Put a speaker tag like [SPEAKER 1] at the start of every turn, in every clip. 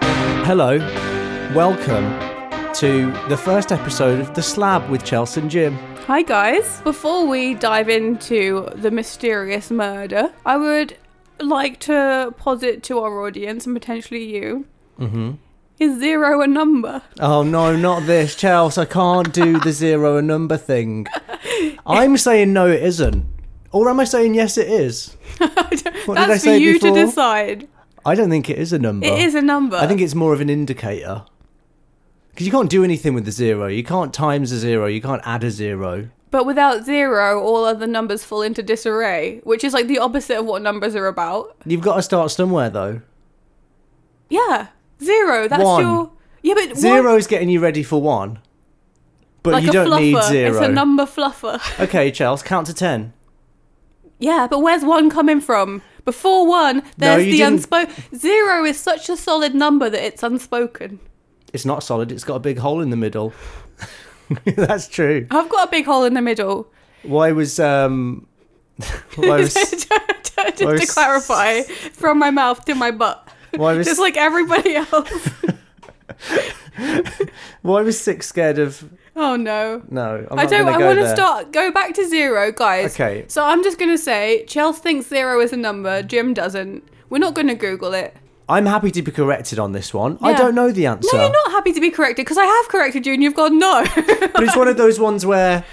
[SPEAKER 1] Hello, welcome to the first episode of The Slab with Chelsea and Jim.
[SPEAKER 2] Hi guys. Before we dive into the mysterious murder, I would like to posit to our audience and potentially you. Mm-hmm. Is zero a number?
[SPEAKER 1] Oh no, not this, Chelsea. I can't do the zero and number thing. I'm saying no, it isn't. Or am I saying yes, it is? What did I
[SPEAKER 2] That's for
[SPEAKER 1] say
[SPEAKER 2] you
[SPEAKER 1] before?
[SPEAKER 2] to decide.
[SPEAKER 1] I don't think it is a number.
[SPEAKER 2] It is a number.
[SPEAKER 1] I think it's more of an indicator. Because you can't do anything with the zero. You can't times a zero. You can't add a zero.
[SPEAKER 2] but without zero, all other numbers fall into disarray, which is like the opposite of what numbers are about.
[SPEAKER 1] You've got to start somewhere, though.
[SPEAKER 2] Yeah. Zero. That's
[SPEAKER 1] One.
[SPEAKER 2] your Yeah, but one,
[SPEAKER 1] Zero's getting you ready for one. But
[SPEAKER 2] like
[SPEAKER 1] you
[SPEAKER 2] a
[SPEAKER 1] don't
[SPEAKER 2] fluffer.
[SPEAKER 1] need zero.
[SPEAKER 2] It's a number fluffer.
[SPEAKER 1] okay, Chels, count to ten.
[SPEAKER 2] Yeah, but where's one coming from? Before one,
[SPEAKER 1] No,
[SPEAKER 2] there's
[SPEAKER 1] you
[SPEAKER 2] the
[SPEAKER 1] didn't-
[SPEAKER 2] unspoken. Zero is such a solid number that it's unspoken.
[SPEAKER 1] It's not solid, it's got a big hole in the middle. That's true.
[SPEAKER 2] I've got a big hole in the middle.
[SPEAKER 1] Why was um why was
[SPEAKER 2] Just to
[SPEAKER 1] Where's-
[SPEAKER 2] clarify, from my mouth to my butt.
[SPEAKER 1] why was
[SPEAKER 2] Just like everybody else.
[SPEAKER 1] why was six scared of
[SPEAKER 2] Oh no.
[SPEAKER 1] no, I'm
[SPEAKER 2] I
[SPEAKER 1] not
[SPEAKER 2] don't.
[SPEAKER 1] gonna
[SPEAKER 2] I
[SPEAKER 1] go
[SPEAKER 2] want to
[SPEAKER 1] there.
[SPEAKER 2] start. Go back to zero, guys.
[SPEAKER 1] Okay.
[SPEAKER 2] So I'm just gonna say, Chels thinks zero is a number. Jim doesn't. We're not gonna Google it.
[SPEAKER 1] I'm happy to be corrected on this one. I
[SPEAKER 2] Yeah.
[SPEAKER 1] don't know the answer.
[SPEAKER 2] No, you're not happy to be corrected because I have corrected you and you've gone no.
[SPEAKER 1] but it's one of those ones where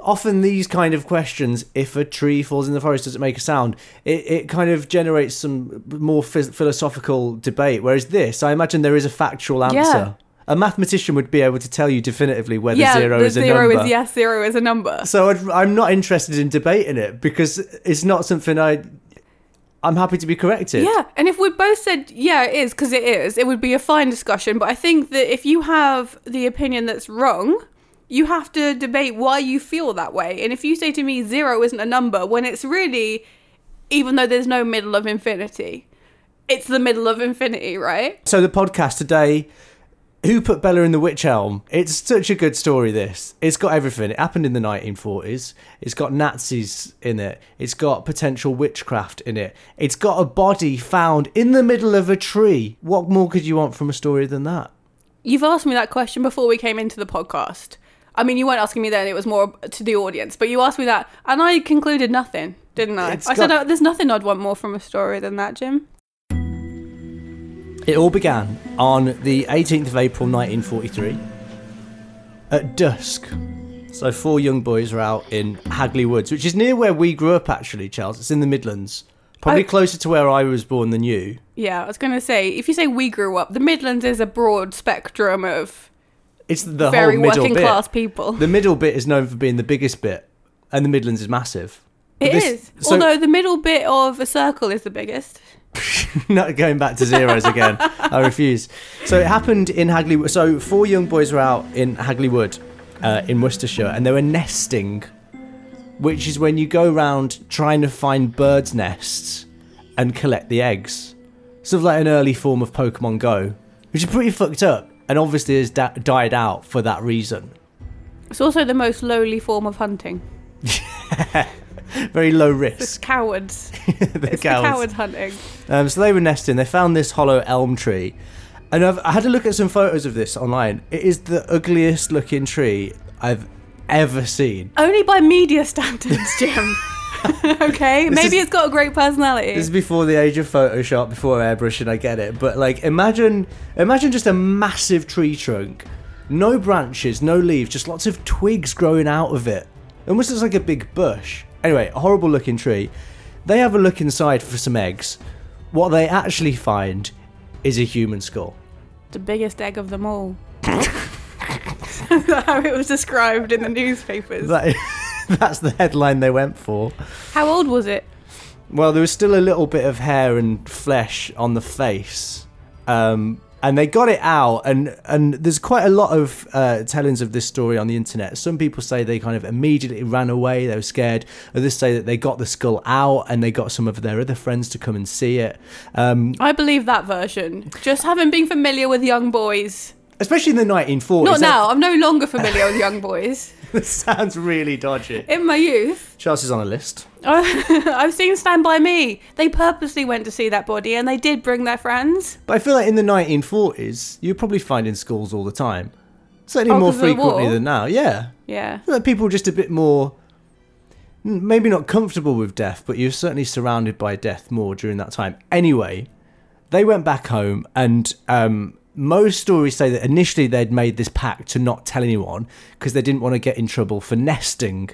[SPEAKER 1] often these kind of questions if a tree falls in the forest does it make a sound it, it kind of generates some more phys- philosophical debate whereas this i imagine there is a factual answer
[SPEAKER 2] Yeah.
[SPEAKER 1] a mathematician would be able to tell you definitively whether
[SPEAKER 2] yeah,
[SPEAKER 1] zero
[SPEAKER 2] the
[SPEAKER 1] is a
[SPEAKER 2] zero
[SPEAKER 1] number
[SPEAKER 2] is yes, zero is a number.
[SPEAKER 1] so I'd, i'm not interested in debating it because it's not something i i'm happy to be corrected
[SPEAKER 2] Yeah, and if we both said yeah, it is because it is, it would be a fine discussion. But I think that if you have the opinion that's wrong, you have to debate why you feel that way. And if you say to me zero isn't a number when it's really, even though there's no middle of infinity, it's the middle of infinity, right?
[SPEAKER 1] So the podcast today, who put Bella in the witch elm? It's such a good story. This it's got everything. It happened in the 1940s. It's got Nazis in it. It's got potential witchcraft in it. It's got a body found in the middle of a tree. What more could you want from a story than that?
[SPEAKER 2] You've asked me that question before we came into the podcast. I mean, you weren't asking me then; it was more to the audience. But you asked me that, and I concluded nothing, didn't I?
[SPEAKER 1] It's
[SPEAKER 2] I said,
[SPEAKER 1] got-
[SPEAKER 2] oh, "There's nothing I'd want more from a story than that, Jim."
[SPEAKER 1] It all began on the 18th of April 1943 at dusk. So four young boys are out in Hagley Woods, which is near where we grew up actually, Charles. It's in the Midlands. Probably
[SPEAKER 2] I-
[SPEAKER 1] closer to where I was born than you.
[SPEAKER 2] Yeah, I was going to say, if you say we grew up, the Midlands is a broad spectrum of
[SPEAKER 1] It's the
[SPEAKER 2] very
[SPEAKER 1] whole middle
[SPEAKER 2] working
[SPEAKER 1] bit.
[SPEAKER 2] class people.
[SPEAKER 1] The middle bit is known for being the biggest bit, and the Midlands is massive. But
[SPEAKER 2] it
[SPEAKER 1] this-
[SPEAKER 2] is.
[SPEAKER 1] so-
[SPEAKER 2] Although the middle bit of a circle is the biggest.
[SPEAKER 1] not going back to zeros again. I refuse. So it happened in Hagley. So four young boys were out in Hagley Wood, uh, in Worcestershire, and they were nesting, which is when you go round trying to find birds' nests and collect the eggs. Sort of like an early form of Pokemon Go, which is pretty fucked up, and obviously has da- died out for that reason.
[SPEAKER 2] It's also the most lowly form of hunting.
[SPEAKER 1] Very low
[SPEAKER 2] It's
[SPEAKER 1] risk.
[SPEAKER 2] cowards.
[SPEAKER 1] the cowards.
[SPEAKER 2] It's the coward hunting.
[SPEAKER 1] Um, so they were nesting. They found this hollow elm tree, and I've, I had a look at some photos of this online. It is the ugliest looking tree I've ever seen.
[SPEAKER 2] Only by media standards, Jim. okay?
[SPEAKER 1] This
[SPEAKER 2] Maybe
[SPEAKER 1] is-
[SPEAKER 2] it's got a great personality.
[SPEAKER 1] This is before the age of Photoshop, before airbrushing. I get it, but like, imagine, imagine just a massive tree trunk, no branches, no leaves, just lots of twigs growing out of it. Almost looks like a big bush. Anyway, a horrible looking tree. They have a look inside for some eggs. What they actually find is a human skull.
[SPEAKER 2] the biggest egg of them all. Is that how it was described in the newspapers.
[SPEAKER 1] That, that's the headline they went for.
[SPEAKER 2] How old was it?
[SPEAKER 1] Well, there was still a little bit of hair and flesh on the face. Um, and they got it out, and, and there's quite a lot of uh, tellings of this story on the internet. Some people say they kind of immediately ran away, they were scared. Others say that they got the skull out and they got some of their other friends to come and see it. Um,
[SPEAKER 2] I believe that version. Just having been familiar with young boys.
[SPEAKER 1] especially in the 1940s.
[SPEAKER 2] Not
[SPEAKER 1] that-
[SPEAKER 2] now. I'm no longer familiar with young boys.
[SPEAKER 1] this sounds really dodgy.
[SPEAKER 2] In my youth,
[SPEAKER 1] Chelsea's on a list.
[SPEAKER 2] I've seen Stand By Me. They purposely went to see that body and they did bring their friends.
[SPEAKER 1] But I feel like in the 1940s, you were probably finding schools all the time. Certainly
[SPEAKER 2] Oh,
[SPEAKER 1] more
[SPEAKER 2] 'cause of the
[SPEAKER 1] frequently
[SPEAKER 2] war?
[SPEAKER 1] than now. Yeah.
[SPEAKER 2] Yeah.
[SPEAKER 1] I feel like people were just a bit more, mm, maybe not comfortable with death, but you're certainly surrounded by death more during that time. Anyway, they went back home, and um, most stories say that initially they'd made this pact to not tell anyone because they didn't want to get in trouble for nesting,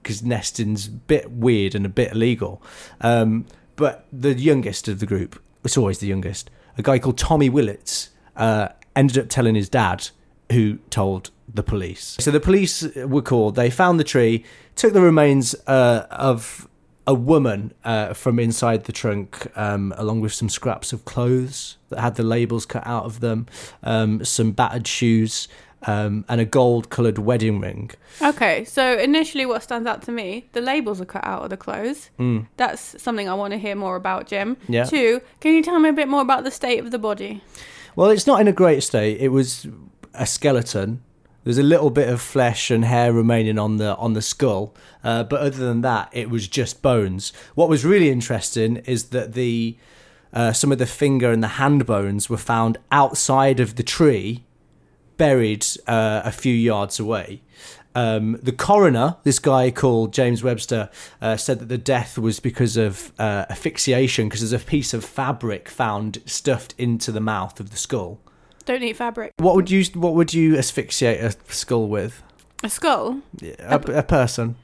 [SPEAKER 1] because nesting's a bit weird and a bit illegal. Um, but the youngest of the group, it's always the youngest, a guy called Tommy Willits, uh, ended up telling his dad, who told the police. So the police were called. They found the tree, took the remains uh, of a woman uh, from inside the trunk, um, along with some scraps of clothes that had the labels cut out of them, um, some battered shoes, um, and a gold-coloured wedding ring.
[SPEAKER 2] Okay, so initially, what stands out to me, the labels are cut out of the clothes. Mm. That's something I want to hear more about, Jim.
[SPEAKER 1] Yeah.
[SPEAKER 2] Two, can you tell me a bit more about the state of the body?
[SPEAKER 1] Well, it's not in a great state. It was a skeleton. There's a little bit of flesh and hair remaining on the on the skull, uh, but other than that, it was just bones. What was really interesting is that the uh, some of the finger and the hand bones were found outside of the tree, buried uh, a few yards away. Um, the coroner, this guy called James Webster, uh, said that the death was because of uh, asphyxiation, because there's a piece of fabric found stuffed into the mouth of the skull.
[SPEAKER 2] Don't eat fabric.
[SPEAKER 1] What would you What would you asphyxiate a skull with?
[SPEAKER 2] A skull,
[SPEAKER 1] A, a person.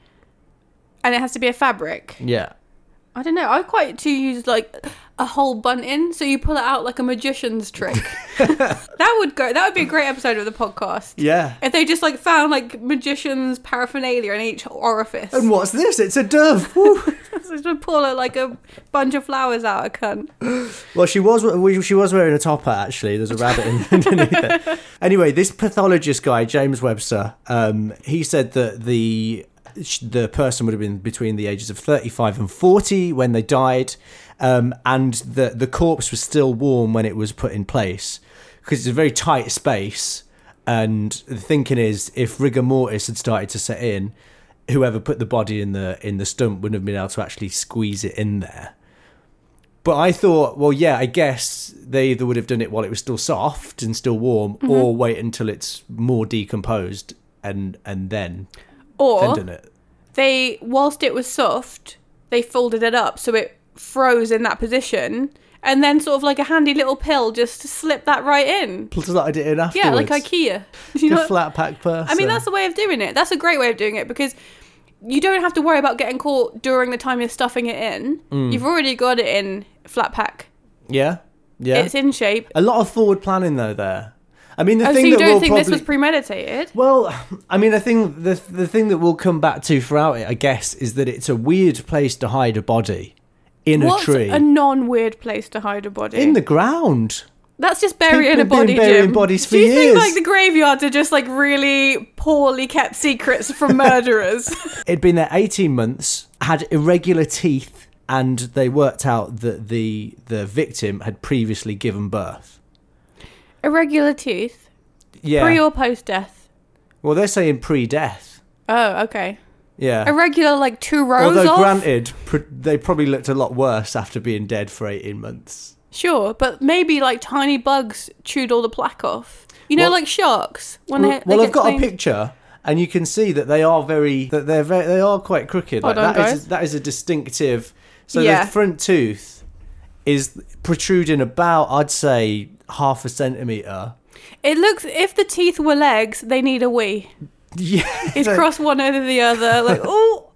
[SPEAKER 2] and it has to be a fabric.
[SPEAKER 1] Yeah.
[SPEAKER 2] I don't know. I quite to use like a whole bunting, so you pull it out like a magician's trick. that would go. That would be a great episode of the podcast.
[SPEAKER 1] Yeah.
[SPEAKER 2] If they just like found like magicians paraphernalia in each orifice,
[SPEAKER 1] And what's this? It's a dove. Woo.
[SPEAKER 2] so just pull it like a bunch of flowers out of cunt.
[SPEAKER 1] well, she was we- she was wearing a top hat actually. There's a rabbit in, underneath it. Anyway, this pathologist guy, James Webster, um, he said that the the person would have been between the ages of 35 and 40 when they died, um, and the the corpse was still warm when it was put in place because it's a very tight space. And the thinking is, if rigor mortis had started to set in, whoever put the body in the in the stump wouldn't have been able to actually squeeze it in there. But I thought, well, yeah, I guess they either would have done it while it was still soft and still warm,
[SPEAKER 2] Mm-hmm.
[SPEAKER 1] or wait until it's more decomposed and and then then
[SPEAKER 2] Or
[SPEAKER 1] done it.
[SPEAKER 2] they whilst it was soft they folded it up so it froze in that position and then sort of like a handy little pill just to slip that right in
[SPEAKER 1] Slotted it in
[SPEAKER 2] yeah
[SPEAKER 1] afterwards.
[SPEAKER 2] like ikea you
[SPEAKER 1] Like
[SPEAKER 2] know
[SPEAKER 1] a flat pack person.
[SPEAKER 2] i mean that's the way of doing it that's a great way of doing it because you don't have to worry about getting caught during the time you're stuffing it in
[SPEAKER 1] Mm.
[SPEAKER 2] you've already got it in flat pack
[SPEAKER 1] yeah, yeah.
[SPEAKER 2] it's in shape
[SPEAKER 1] a lot of forward planning though. There, I mean, the
[SPEAKER 2] oh, so
[SPEAKER 1] thing
[SPEAKER 2] you
[SPEAKER 1] that
[SPEAKER 2] don't
[SPEAKER 1] will
[SPEAKER 2] think
[SPEAKER 1] probably
[SPEAKER 2] this was premeditated
[SPEAKER 1] Well, I mean, I think the the thing that we'll come back to throughout it, I guess, is that it's a weird place to hide a body in
[SPEAKER 2] what's
[SPEAKER 1] a tree,
[SPEAKER 2] a non-weird place to hide a body
[SPEAKER 1] in the ground.
[SPEAKER 2] That's just burying a
[SPEAKER 1] People have
[SPEAKER 2] body.
[SPEAKER 1] been burying
[SPEAKER 2] Jim.
[SPEAKER 1] bodies for
[SPEAKER 2] Do you
[SPEAKER 1] years.
[SPEAKER 2] think like the graveyards are just like really poorly kept secrets from murderers?
[SPEAKER 1] It'd been there eighteen months, had irregular teeth, and they worked out that the the victim had previously given birth.
[SPEAKER 2] Irregular teeth,
[SPEAKER 1] Yeah.
[SPEAKER 2] pre or post death.
[SPEAKER 1] well, they're saying pre-death.
[SPEAKER 2] Oh, okay.
[SPEAKER 1] Yeah.
[SPEAKER 2] Irregular like two rows
[SPEAKER 1] Although,
[SPEAKER 2] off.
[SPEAKER 1] granted, pr- they probably looked a lot worse after being dead for eighteen months.
[SPEAKER 2] sure, but maybe like tiny bugs chewed all the plaque off. You know,
[SPEAKER 1] Well-
[SPEAKER 2] like sharks when
[SPEAKER 1] Well,
[SPEAKER 2] they, they
[SPEAKER 1] well,
[SPEAKER 2] get
[SPEAKER 1] I've got
[SPEAKER 2] cleaned.
[SPEAKER 1] a picture, and you can see that they are very that they're very, they are quite crooked. Like,
[SPEAKER 2] Hold on,
[SPEAKER 1] that is
[SPEAKER 2] guys.
[SPEAKER 1] that is a distinctive. So
[SPEAKER 2] Yeah.
[SPEAKER 1] the front tooth is protruding about, I'd say, half a centimeter.
[SPEAKER 2] It looks if the teeth were legs, they need a wee.
[SPEAKER 1] Yeah,
[SPEAKER 2] It's
[SPEAKER 1] so
[SPEAKER 2] crossed one over the other, like oh,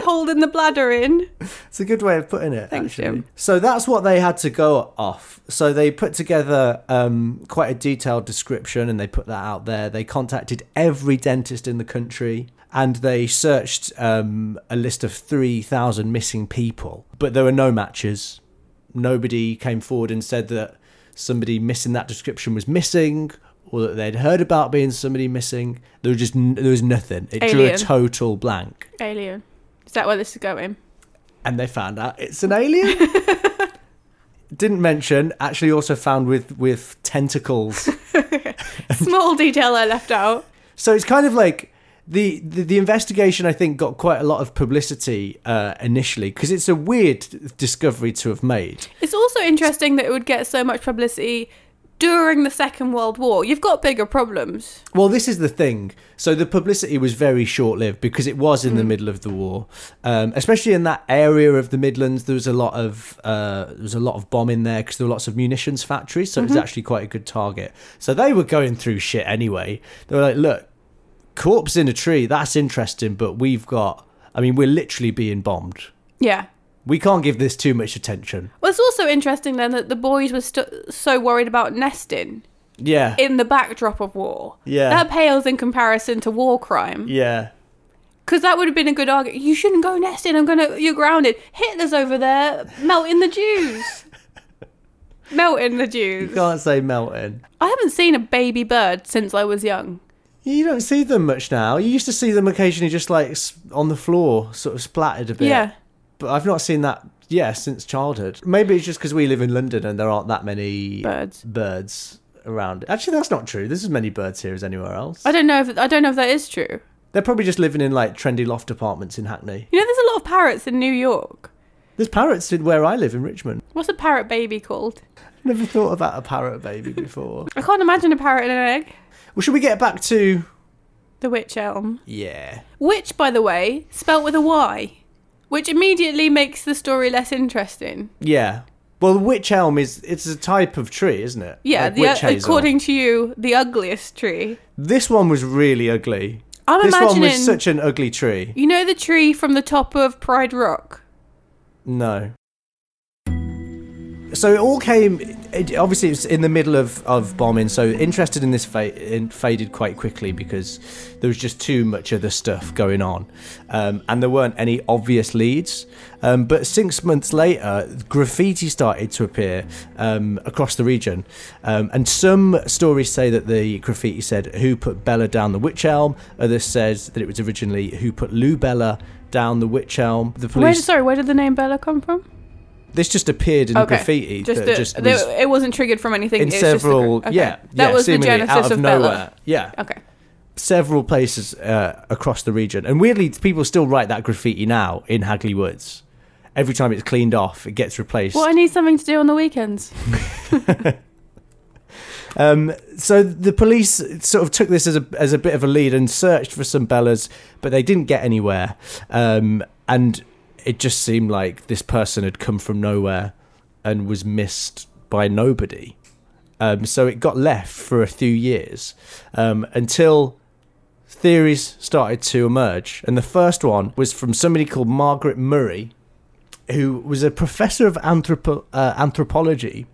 [SPEAKER 2] holding the bladder in.
[SPEAKER 1] it's a good way of putting it.
[SPEAKER 2] Thanks,
[SPEAKER 1] actually.
[SPEAKER 2] Jim.
[SPEAKER 1] So that's what they had to go off. So they put together um, quite a detailed description and they put that out there. They contacted every dentist in the country and they searched um, a list of 3,000 missing people, but there were no matches. Nobody came forward and said that somebody missing that description was missing. Or that they'd heard about being somebody missing. There was just n- there was nothing. It drew a
[SPEAKER 2] Alien.
[SPEAKER 1] total blank,
[SPEAKER 2] Alien. Is that where this is going?
[SPEAKER 1] and they found out it's an alien. Didn't mention, actually, also found with with tentacles.
[SPEAKER 2] Small detail I left out.
[SPEAKER 1] So it's kind of like the, the the investigation I think got quite a lot of publicity uh, initially because it's a weird discovery to have made.
[SPEAKER 2] It's also interesting that it would get so much publicity during the Second World War. You've got bigger problems.
[SPEAKER 1] Well, this is the thing. So the publicity was very short lived because it was in the middle of the war, um, especially in that area of the Midlands. There was a lot of uh, there was a lot of bombing there because there were lots of munitions factories, so it was actually quite a good target. So they were going through shit anyway. They were like, "Look, corpse in a tree. That's interesting, but we've got. I mean, we're literally being bombed.
[SPEAKER 2] Yeah.
[SPEAKER 1] We can't give this too much attention."
[SPEAKER 2] Well, it's also interesting then that the boys were st- so worried about nesting
[SPEAKER 1] Yeah.
[SPEAKER 2] in the backdrop of war.
[SPEAKER 1] Yeah.
[SPEAKER 2] That pales in comparison to war crime.
[SPEAKER 1] yeah.
[SPEAKER 2] Because that would have been a good argument. You shouldn't go nesting. I'm going to. You're grounded. Hitler's over there melting the Jews. melting the
[SPEAKER 1] You
[SPEAKER 2] Jews.
[SPEAKER 1] can't say melting.
[SPEAKER 2] I haven't seen a baby bird since I was young.
[SPEAKER 1] You don't see them much now. You used to see them occasionally just like s- on the floor, sort of splattered a bit.
[SPEAKER 2] Yeah.
[SPEAKER 1] But I've not seen that, yeah, since childhood. Maybe it's just because we live in London and there aren't that many
[SPEAKER 2] Birds.
[SPEAKER 1] birds around. Actually, that's not true. There's as many birds here as anywhere else.
[SPEAKER 2] I don't know if I don't know if that is true.
[SPEAKER 1] They're probably just living in like trendy loft apartments in Hackney.
[SPEAKER 2] You know, there's a lot of parrots in New York.
[SPEAKER 1] There's parrots in where I live in Richmond.
[SPEAKER 2] What's a parrot baby called?
[SPEAKER 1] Never thought about a parrot baby before.
[SPEAKER 2] I can't imagine a parrot in an egg.
[SPEAKER 1] well, should we get back to.
[SPEAKER 2] The witch elm,
[SPEAKER 1] Yeah.
[SPEAKER 2] which, by the way, spelt with a Y, which immediately makes the story less interesting.
[SPEAKER 1] Yeah. Well, the witch elm is it's a type of tree, isn't it?
[SPEAKER 2] Yeah,
[SPEAKER 1] Like
[SPEAKER 2] the, uh,
[SPEAKER 1] witch hazel.
[SPEAKER 2] according to you, the ugliest tree.
[SPEAKER 1] This one was really ugly.
[SPEAKER 2] I'm
[SPEAKER 1] this
[SPEAKER 2] imagining.
[SPEAKER 1] one was such an ugly tree.
[SPEAKER 2] You know the tree from the top of Pride Rock?
[SPEAKER 1] No. So it all came. It, obviously, it's in the middle of, of bombing. So interested in this fa- in, faded quite quickly because there was just too much other stuff going on, um, and there weren't any obvious leads. Um, but six months later, graffiti started to appear um, across the region, um, and some stories say that the graffiti said "Who put Bella down the witch elm." Others says that it was originally "Who put Lou Bella down the witch elm." The
[SPEAKER 2] Where,
[SPEAKER 1] police
[SPEAKER 2] sorry, where did the name Bella come from?
[SPEAKER 1] this just appeared in
[SPEAKER 2] Okay.
[SPEAKER 1] graffiti
[SPEAKER 2] Just,
[SPEAKER 1] that
[SPEAKER 2] the-
[SPEAKER 1] just
[SPEAKER 2] there-
[SPEAKER 1] was
[SPEAKER 2] it wasn't triggered from anything.
[SPEAKER 1] in
[SPEAKER 2] it's just the
[SPEAKER 1] several
[SPEAKER 2] gr- okay.
[SPEAKER 1] yeah yeah,
[SPEAKER 2] that was the
[SPEAKER 1] seemingly
[SPEAKER 2] genesis
[SPEAKER 1] out of,
[SPEAKER 2] of
[SPEAKER 1] nowhere
[SPEAKER 2] Bella.
[SPEAKER 1] yeah
[SPEAKER 2] Okay,
[SPEAKER 1] several places uh, across the region and weirdly people still write that graffiti now in Hagley Woods every time it's cleaned off it gets replaced
[SPEAKER 2] well, I need something to do on the weekends.
[SPEAKER 1] Um, so the police sort of took this as a as a bit of a lead and searched for some Bellas, but they didn't get anywhere. Um, and it just seemed like this person had come from nowhere and was missed by nobody. Um, so it got left for a few years um, until theories started to emerge. And the first one was from somebody called Margaret Murray, who was a professor of anthropo- uh, anthropology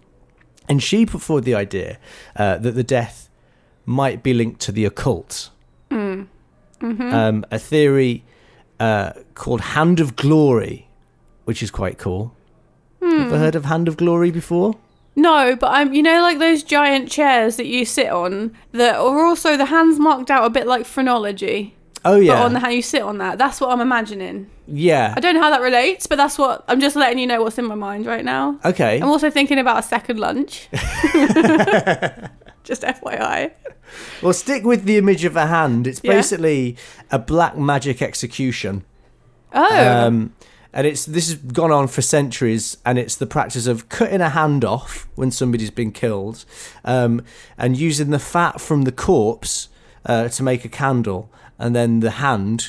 [SPEAKER 1] and she put forward the idea uh, that the death might be linked to the occult.
[SPEAKER 2] Mm. Mm-hmm.
[SPEAKER 1] Um, a theory uh, called Hand of Glory, which is quite cool.
[SPEAKER 2] Hmm.
[SPEAKER 1] Ever heard of Hand of Glory before?
[SPEAKER 2] No, but I'm. You know, like those giant chairs that you sit on that are also the hands marked out a bit like phrenology.
[SPEAKER 1] Oh
[SPEAKER 2] But
[SPEAKER 1] yeah,
[SPEAKER 2] on the how you sit on that, that's what I'm imagining.
[SPEAKER 1] yeah.
[SPEAKER 2] I don't know how that relates, but that's what I'm just letting you know what's in my mind right now.
[SPEAKER 1] Okay.
[SPEAKER 2] I'm also thinking about a second lunch. Just FYI.
[SPEAKER 1] Well, stick with the image of a hand. It's
[SPEAKER 2] Yeah.
[SPEAKER 1] basically a black magic execution.
[SPEAKER 2] Oh,
[SPEAKER 1] Um, and it's this has gone on for centuries, and it's the practice of cutting a hand off when somebody's been killed, um, and using the fat from the corpse uh, to make a candle, and then the hand,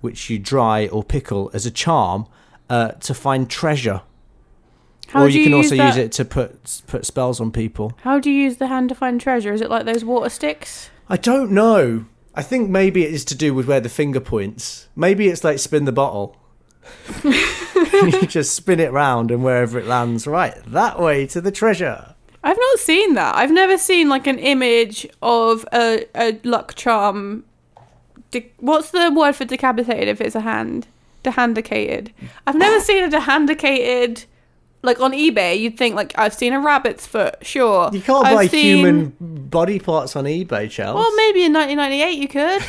[SPEAKER 1] which you dry or pickle as a charm, uh, to find treasure.
[SPEAKER 2] Oh, how
[SPEAKER 1] or
[SPEAKER 2] do
[SPEAKER 1] you can also use
[SPEAKER 2] that-
[SPEAKER 1] it to put put spells on people.
[SPEAKER 2] How do you use the hand to find treasure? Is it like those water sticks?
[SPEAKER 1] I don't know. I think maybe it is to do with where the finger points. Maybe it's like spin the bottle. you just spin it round and wherever it lands, right, that way to the treasure.
[SPEAKER 2] I've not seen that. I've never seen like an image of a, a luck charm. De- What's the word for decapitated if it's a hand? Dehandicated. I've never seen a dehandicated. Like on eBay, you'd think like I've seen a rabbit's foot. Sure,
[SPEAKER 1] You can't
[SPEAKER 2] I've
[SPEAKER 1] buy
[SPEAKER 2] seen-
[SPEAKER 1] human body parts on eBay, Charles.
[SPEAKER 2] Well, maybe in 1998 you could.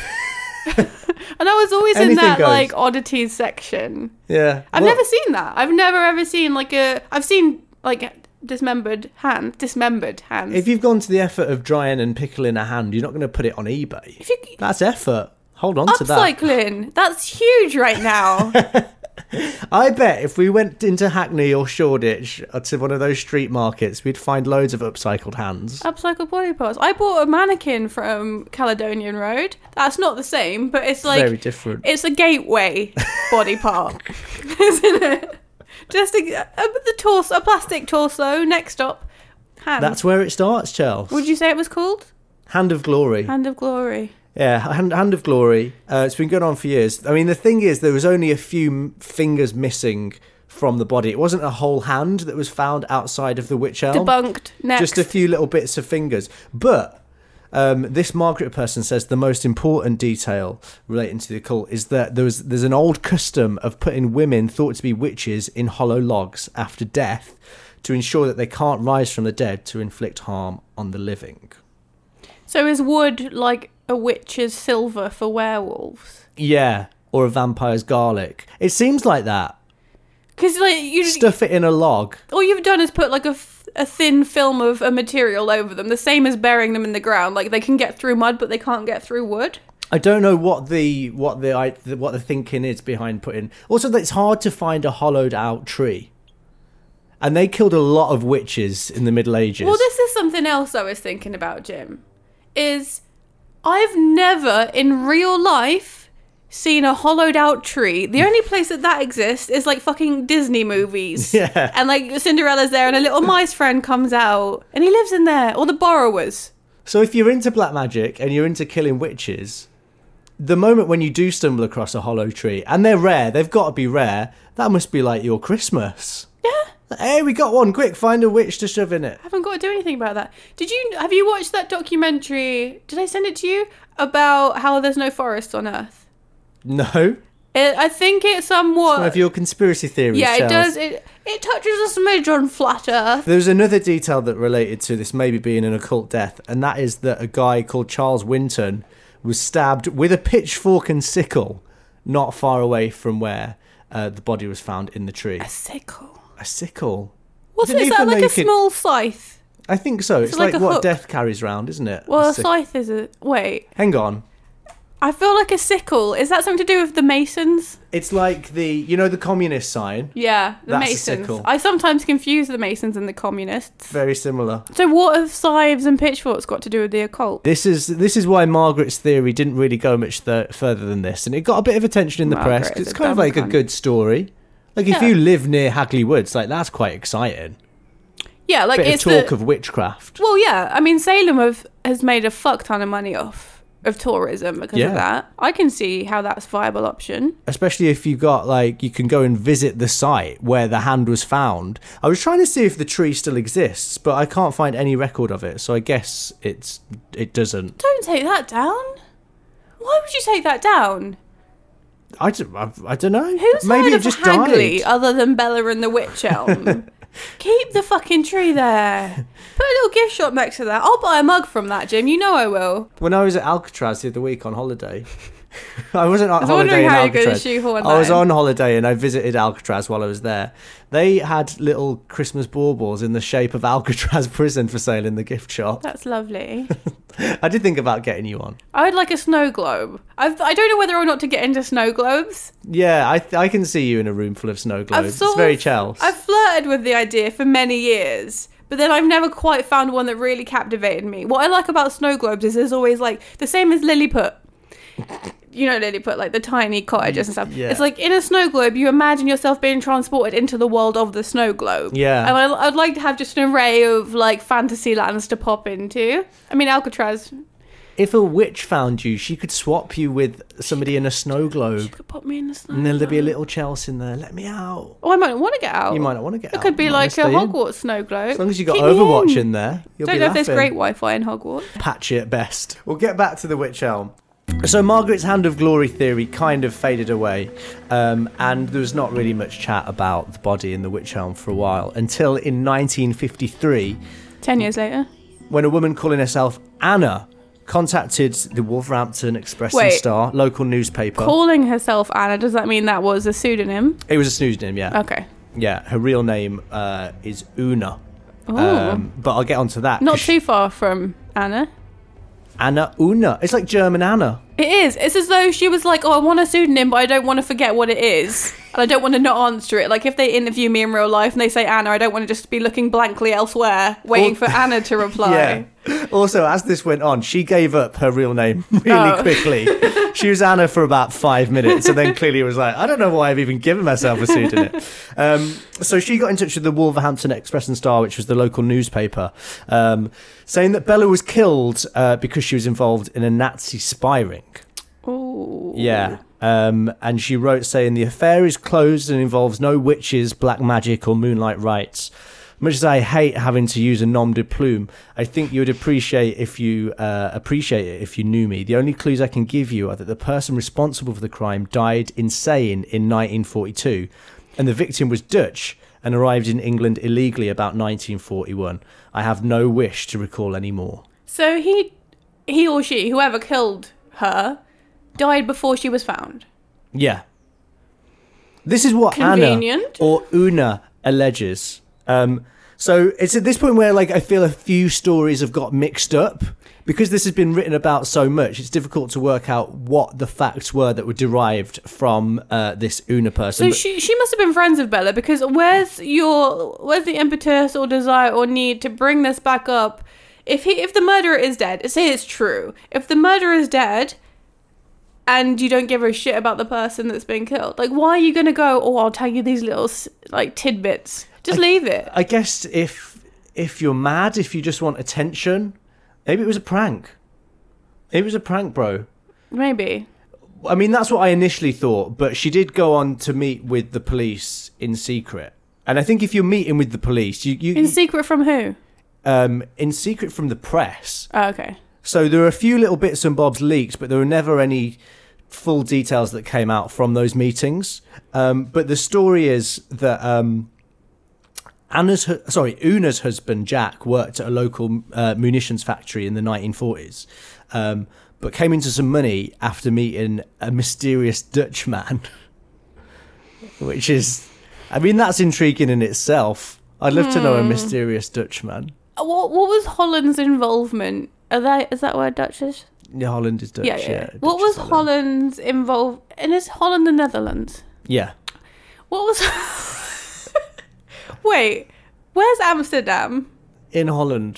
[SPEAKER 2] and I was always in
[SPEAKER 1] Anything
[SPEAKER 2] that
[SPEAKER 1] goes.
[SPEAKER 2] like oddities section.
[SPEAKER 1] yeah.
[SPEAKER 2] I've
[SPEAKER 1] Well,
[SPEAKER 2] never seen that. I've never ever seen like a. I've seen like dismembered hand, dismembered hand.
[SPEAKER 1] If you've gone to the effort of drying and pickling a hand, you're not going to put it on eBay.
[SPEAKER 2] If you,
[SPEAKER 1] That's effort. Hold on to that.
[SPEAKER 2] Upcycling. That's huge right now.
[SPEAKER 1] I bet if we went into Hackney or Shoreditch or to one of those street markets, we'd find loads of upcycled hands.
[SPEAKER 2] Upcycle body parts. I bought a mannequin from Caledonian Road. That's not the same, but it's like
[SPEAKER 1] Very different.
[SPEAKER 2] it's a gateway body part, isn't it? Just a, a, the torso, a plastic torso. Next up, hand.
[SPEAKER 1] That's where it starts, Charles.
[SPEAKER 2] Would you say it was called
[SPEAKER 1] Hand of Glory.
[SPEAKER 2] Hand of Glory?
[SPEAKER 1] Yeah, Hand, Hand of Glory. Uh, it's been going on for years. I mean, the thing is, there was only a few m- fingers missing from the body. It wasn't a whole hand that was found outside of the witch elm.
[SPEAKER 2] Debunked. Next.
[SPEAKER 1] Oh, Just a few little bits of fingers. But um, this Margaret person says the most important detail relating to the occult is that there was there's an old custom of putting women thought to be witches in hollow logs after death to ensure that they can't rise from the dead to inflict harm on the living.
[SPEAKER 2] so is wood like a witch's silver for werewolves?
[SPEAKER 1] Yeah, or a vampire's garlic. It seems like that.
[SPEAKER 2] Because like you,
[SPEAKER 1] Stuff it in a log.
[SPEAKER 2] all you've done is put like a, f- a thin film of a material over them, the same as burying them in the ground. Like they can get through mud, but they can't get through wood.
[SPEAKER 1] I don't know what the what the I, the- what the thinking is behind putting. Also, that it's hard to find a hollowed out tree, and they killed a lot of witches in the Middle Ages.
[SPEAKER 2] Well, this is something else I was thinking about, Jim. Is I've never in real life seen a hollowed out tree. The only place that that exists is like fucking Disney movies.
[SPEAKER 1] Yeah.
[SPEAKER 2] And like Cinderella's there and a little mice friend comes out and he lives in there. Or the borrowers.
[SPEAKER 1] So if you're into black magic and you're into killing witches, the moment when you do stumble across a hollow tree, and they're rare, they've got to be rare. That must be like your Christmas.
[SPEAKER 2] Yeah.
[SPEAKER 1] Hey, we got one! Quick, find a witch to shove in it.
[SPEAKER 2] haven't got to do anything about that. Did you have you watched that documentary? Did I send it to you about how there's no forests on Earth?
[SPEAKER 1] No,
[SPEAKER 2] It, I think it
[SPEAKER 1] one
[SPEAKER 2] somewhat.
[SPEAKER 1] of your conspiracy theories.
[SPEAKER 2] Uh, yeah, it
[SPEAKER 1] Charles.
[SPEAKER 2] does. It it touches a smidge on flat Earth.
[SPEAKER 1] There was another detail that related to this maybe being an occult death, and that is that a guy called Charles Winton was stabbed with a pitchfork and sickle not far away from where uh, the body was found in the tree.
[SPEAKER 2] Sickle.
[SPEAKER 1] A sickle?
[SPEAKER 2] What's
[SPEAKER 1] Didn't
[SPEAKER 2] is
[SPEAKER 1] even
[SPEAKER 2] that
[SPEAKER 1] know
[SPEAKER 2] like
[SPEAKER 1] you
[SPEAKER 2] a
[SPEAKER 1] could-
[SPEAKER 2] small scythe?
[SPEAKER 1] I think so. It's,
[SPEAKER 2] like
[SPEAKER 1] like,
[SPEAKER 2] a
[SPEAKER 1] what
[SPEAKER 2] hook.
[SPEAKER 1] death carries round, isn't it?
[SPEAKER 2] Well,
[SPEAKER 1] A
[SPEAKER 2] a
[SPEAKER 1] sick-
[SPEAKER 2] scythe is a wait.
[SPEAKER 1] Hang on.
[SPEAKER 2] I feel like a sickle. Is that something to do with the Masons?
[SPEAKER 1] It's like the, you know, the communist sign.
[SPEAKER 2] Yeah, the
[SPEAKER 1] That's a
[SPEAKER 2] Masons.
[SPEAKER 1] sickle.
[SPEAKER 2] I sometimes confuse the Masons and the Communists.
[SPEAKER 1] Very similar.
[SPEAKER 2] So what have scythes and pitchforks got to do with the occult?
[SPEAKER 1] This is this is why Margaret's theory didn't really go much th- further than this, and it got a bit of attention in the
[SPEAKER 2] Margaret
[SPEAKER 1] press. 'cause
[SPEAKER 2] is
[SPEAKER 1] It's
[SPEAKER 2] a
[SPEAKER 1] kind of
[SPEAKER 2] dumb
[SPEAKER 1] like a
[SPEAKER 2] cunt.
[SPEAKER 1] good story. Like if
[SPEAKER 2] Yeah.
[SPEAKER 1] you live near Hagley Woods, like that's quite exciting.
[SPEAKER 2] Yeah, like
[SPEAKER 1] Bit
[SPEAKER 2] it's
[SPEAKER 1] of talk
[SPEAKER 2] the,
[SPEAKER 1] of witchcraft.
[SPEAKER 2] Well, yeah. I mean, Salem have, has made a fuck ton of money off of tourism because
[SPEAKER 1] Yeah.
[SPEAKER 2] of that. I can see how that's a viable option.
[SPEAKER 1] especially if you got like you can go and visit the site where the hand was found. I was trying to see if the tree still exists, but I can't find any record of it, so I guess it's it doesn't.
[SPEAKER 2] Don't take that down. Why would you take that down?
[SPEAKER 1] I don't, I, I don't know.
[SPEAKER 2] Who's
[SPEAKER 1] Maybe
[SPEAKER 2] heard
[SPEAKER 1] it
[SPEAKER 2] of
[SPEAKER 1] just
[SPEAKER 2] Hagley
[SPEAKER 1] died.
[SPEAKER 2] other than Bella and the Witch Elm? Keep the fucking tree there. Put a little gift shop next to that. I'll buy a mug from that, Jim. You know I will.
[SPEAKER 1] When I was at Alcatraz the other week on holiday. I wasn't on
[SPEAKER 2] was
[SPEAKER 1] holiday
[SPEAKER 2] wondering
[SPEAKER 1] in
[SPEAKER 2] how you're gonna
[SPEAKER 1] Alcatraz.
[SPEAKER 2] shoehorn
[SPEAKER 1] I
[SPEAKER 2] that
[SPEAKER 1] was
[SPEAKER 2] in.
[SPEAKER 1] on holiday and I visited Alcatraz while I was there. They had little Christmas baubles in the shape of Alcatraz prison for sale in the gift shop.
[SPEAKER 2] That's lovely.
[SPEAKER 1] I did think about getting you on.
[SPEAKER 2] I would like a snow globe. I've, I don't know whether or not to get into snow globes.
[SPEAKER 1] Yeah, I, th- I can see you in a room full of snow globes. It's
[SPEAKER 2] sort
[SPEAKER 1] very
[SPEAKER 2] of-
[SPEAKER 1] Chels.
[SPEAKER 2] I've flirted with the idea for many years, but then I've never quite found one that really captivated me. What I like about snow globes is there's always like the same as Lilliput. You know Lilliput, like the tiny cottages and stuff.
[SPEAKER 1] Yeah.
[SPEAKER 2] It's like in a snow globe, you imagine yourself being transported into the world of the snow globe.
[SPEAKER 1] Yeah.
[SPEAKER 2] And I, I'd like to have just an array of like fantasy lands to pop into. I mean, Alcatraz
[SPEAKER 1] If a witch found you, she could swap you with somebody in a snow globe,
[SPEAKER 2] could pop me in the snow.
[SPEAKER 1] and then there'd be a little Chels in there. Let me out.
[SPEAKER 2] Oh, I might not want to get out.
[SPEAKER 1] You might not want to get
[SPEAKER 2] It
[SPEAKER 1] out.
[SPEAKER 2] could be
[SPEAKER 1] You might wanna
[SPEAKER 2] like a
[SPEAKER 1] stay in.
[SPEAKER 2] Hogwarts snow globe.
[SPEAKER 1] As long as you got
[SPEAKER 2] Keep me
[SPEAKER 1] Overwatch in.
[SPEAKER 2] in.
[SPEAKER 1] there, you'll
[SPEAKER 2] Don't
[SPEAKER 1] be
[SPEAKER 2] know if there's
[SPEAKER 1] laughing.
[SPEAKER 2] great Wi-Fi in Hogwarts.
[SPEAKER 1] patchy at best. We'll get back to the witch elm. So Margaret's hand of glory theory kind of faded away, um, and there was not really much chat about the body in the witch elm for a while until in 1953,
[SPEAKER 2] Ten years later.
[SPEAKER 1] when a woman calling herself Anna contacted the Wolverhampton Express and
[SPEAKER 2] Wait.
[SPEAKER 1] Star local newspaper.
[SPEAKER 2] Calling herself Anna, does that mean that was a pseudonym?
[SPEAKER 1] it was a pseudonym, yeah,
[SPEAKER 2] Okay.
[SPEAKER 1] yeah. Her real name uh, is Una,
[SPEAKER 2] Ooh.
[SPEAKER 1] um, but I'll get onto that.
[SPEAKER 2] Oh. Not
[SPEAKER 1] 'cause she-
[SPEAKER 2] too far from Anna.
[SPEAKER 1] Anna Una. It's like German Anna.
[SPEAKER 2] It is. It's as though she was like, "Oh, I want a pseudonym, but I don't want to forget what it is, and I don't want to not answer it." Like if they interview me in real life and they say Anna, I don't want to just be looking blankly elsewhere, waiting
[SPEAKER 1] Or-
[SPEAKER 2] for Anna to reply.
[SPEAKER 1] Yeah. Also, as this went on, she gave up her real name really
[SPEAKER 2] Oh.
[SPEAKER 1] quickly. She was Anna for about five minutes, and then clearly was like, I don't know why I've even given myself a pseudonym. Um, so she got in touch with the Wolverhampton Express and Star, which was the local newspaper, um, saying that Bella was killed uh, because she was involved in a Nazi spy ring.
[SPEAKER 2] Ooh.
[SPEAKER 1] Yeah. Um, and she wrote saying the affair is closed and involves no witches, black magic, or moonlight rites. Much as I hate having to use a nom de plume, I think you would appreciate if you uh, appreciate it if you knew me. The only clues I can give you are that the person responsible for the crime died insane in 1942, and the victim was Dutch and arrived in England illegally about 1941. I have no wish to recall any more.
[SPEAKER 2] So he, he or she, whoever killed her, died before she was found.
[SPEAKER 1] Yeah. This is what Anna
[SPEAKER 2] Convenient.
[SPEAKER 1] or Una alleges. Um, so it's at this point where like I feel a few stories have got mixed up because this has been written about so much. It's difficult to work out what the facts were that were derived from uh, this Una person.
[SPEAKER 2] So
[SPEAKER 1] But
[SPEAKER 2] she she must have been friends with Bella because where's your where's the impetus or desire or need to bring this back up? If he if the murderer is dead, say it's true. If the murderer is dead, and you don't give a shit about the person that's been killed, like why are you gonna go? Oh, I'll tell you these little s- like tidbits. Just leave it.
[SPEAKER 1] I guess if if you're mad, if you just want attention, maybe it was a prank. Maybe it was a prank, bro.
[SPEAKER 2] Maybe.
[SPEAKER 1] I mean, that's what I initially thought, but she did go on to meet with the police in secret. And I think if you're meeting with the police, you, you
[SPEAKER 2] In secret from who?
[SPEAKER 1] um, in secret from the press.
[SPEAKER 2] Oh, okay.
[SPEAKER 1] So there are a few little bits and bobs leaked, but there were never any full details that came out from those meetings. Um, but the story is that um, Anna's, hu- sorry, Una's husband Jack worked at a local uh, munitions factory in the 1940s, um, but came into some money after meeting a mysterious Dutch man, which is, I mean, that's intriguing in itself. I'd love to
[SPEAKER 2] Hmm.
[SPEAKER 1] know a mysterious Dutch man.
[SPEAKER 2] Uh, What what was Holland's involvement? Are they is that word Dutchish?
[SPEAKER 1] Yeah, Holland is Dutch. Yeah.
[SPEAKER 2] Yeah, yeah. what
[SPEAKER 1] Dutch
[SPEAKER 2] was
[SPEAKER 1] is
[SPEAKER 2] Holland's involved? And is Holland the Netherlands?
[SPEAKER 1] Yeah.
[SPEAKER 2] What was? Wait, where's Amsterdam?
[SPEAKER 1] In Holland.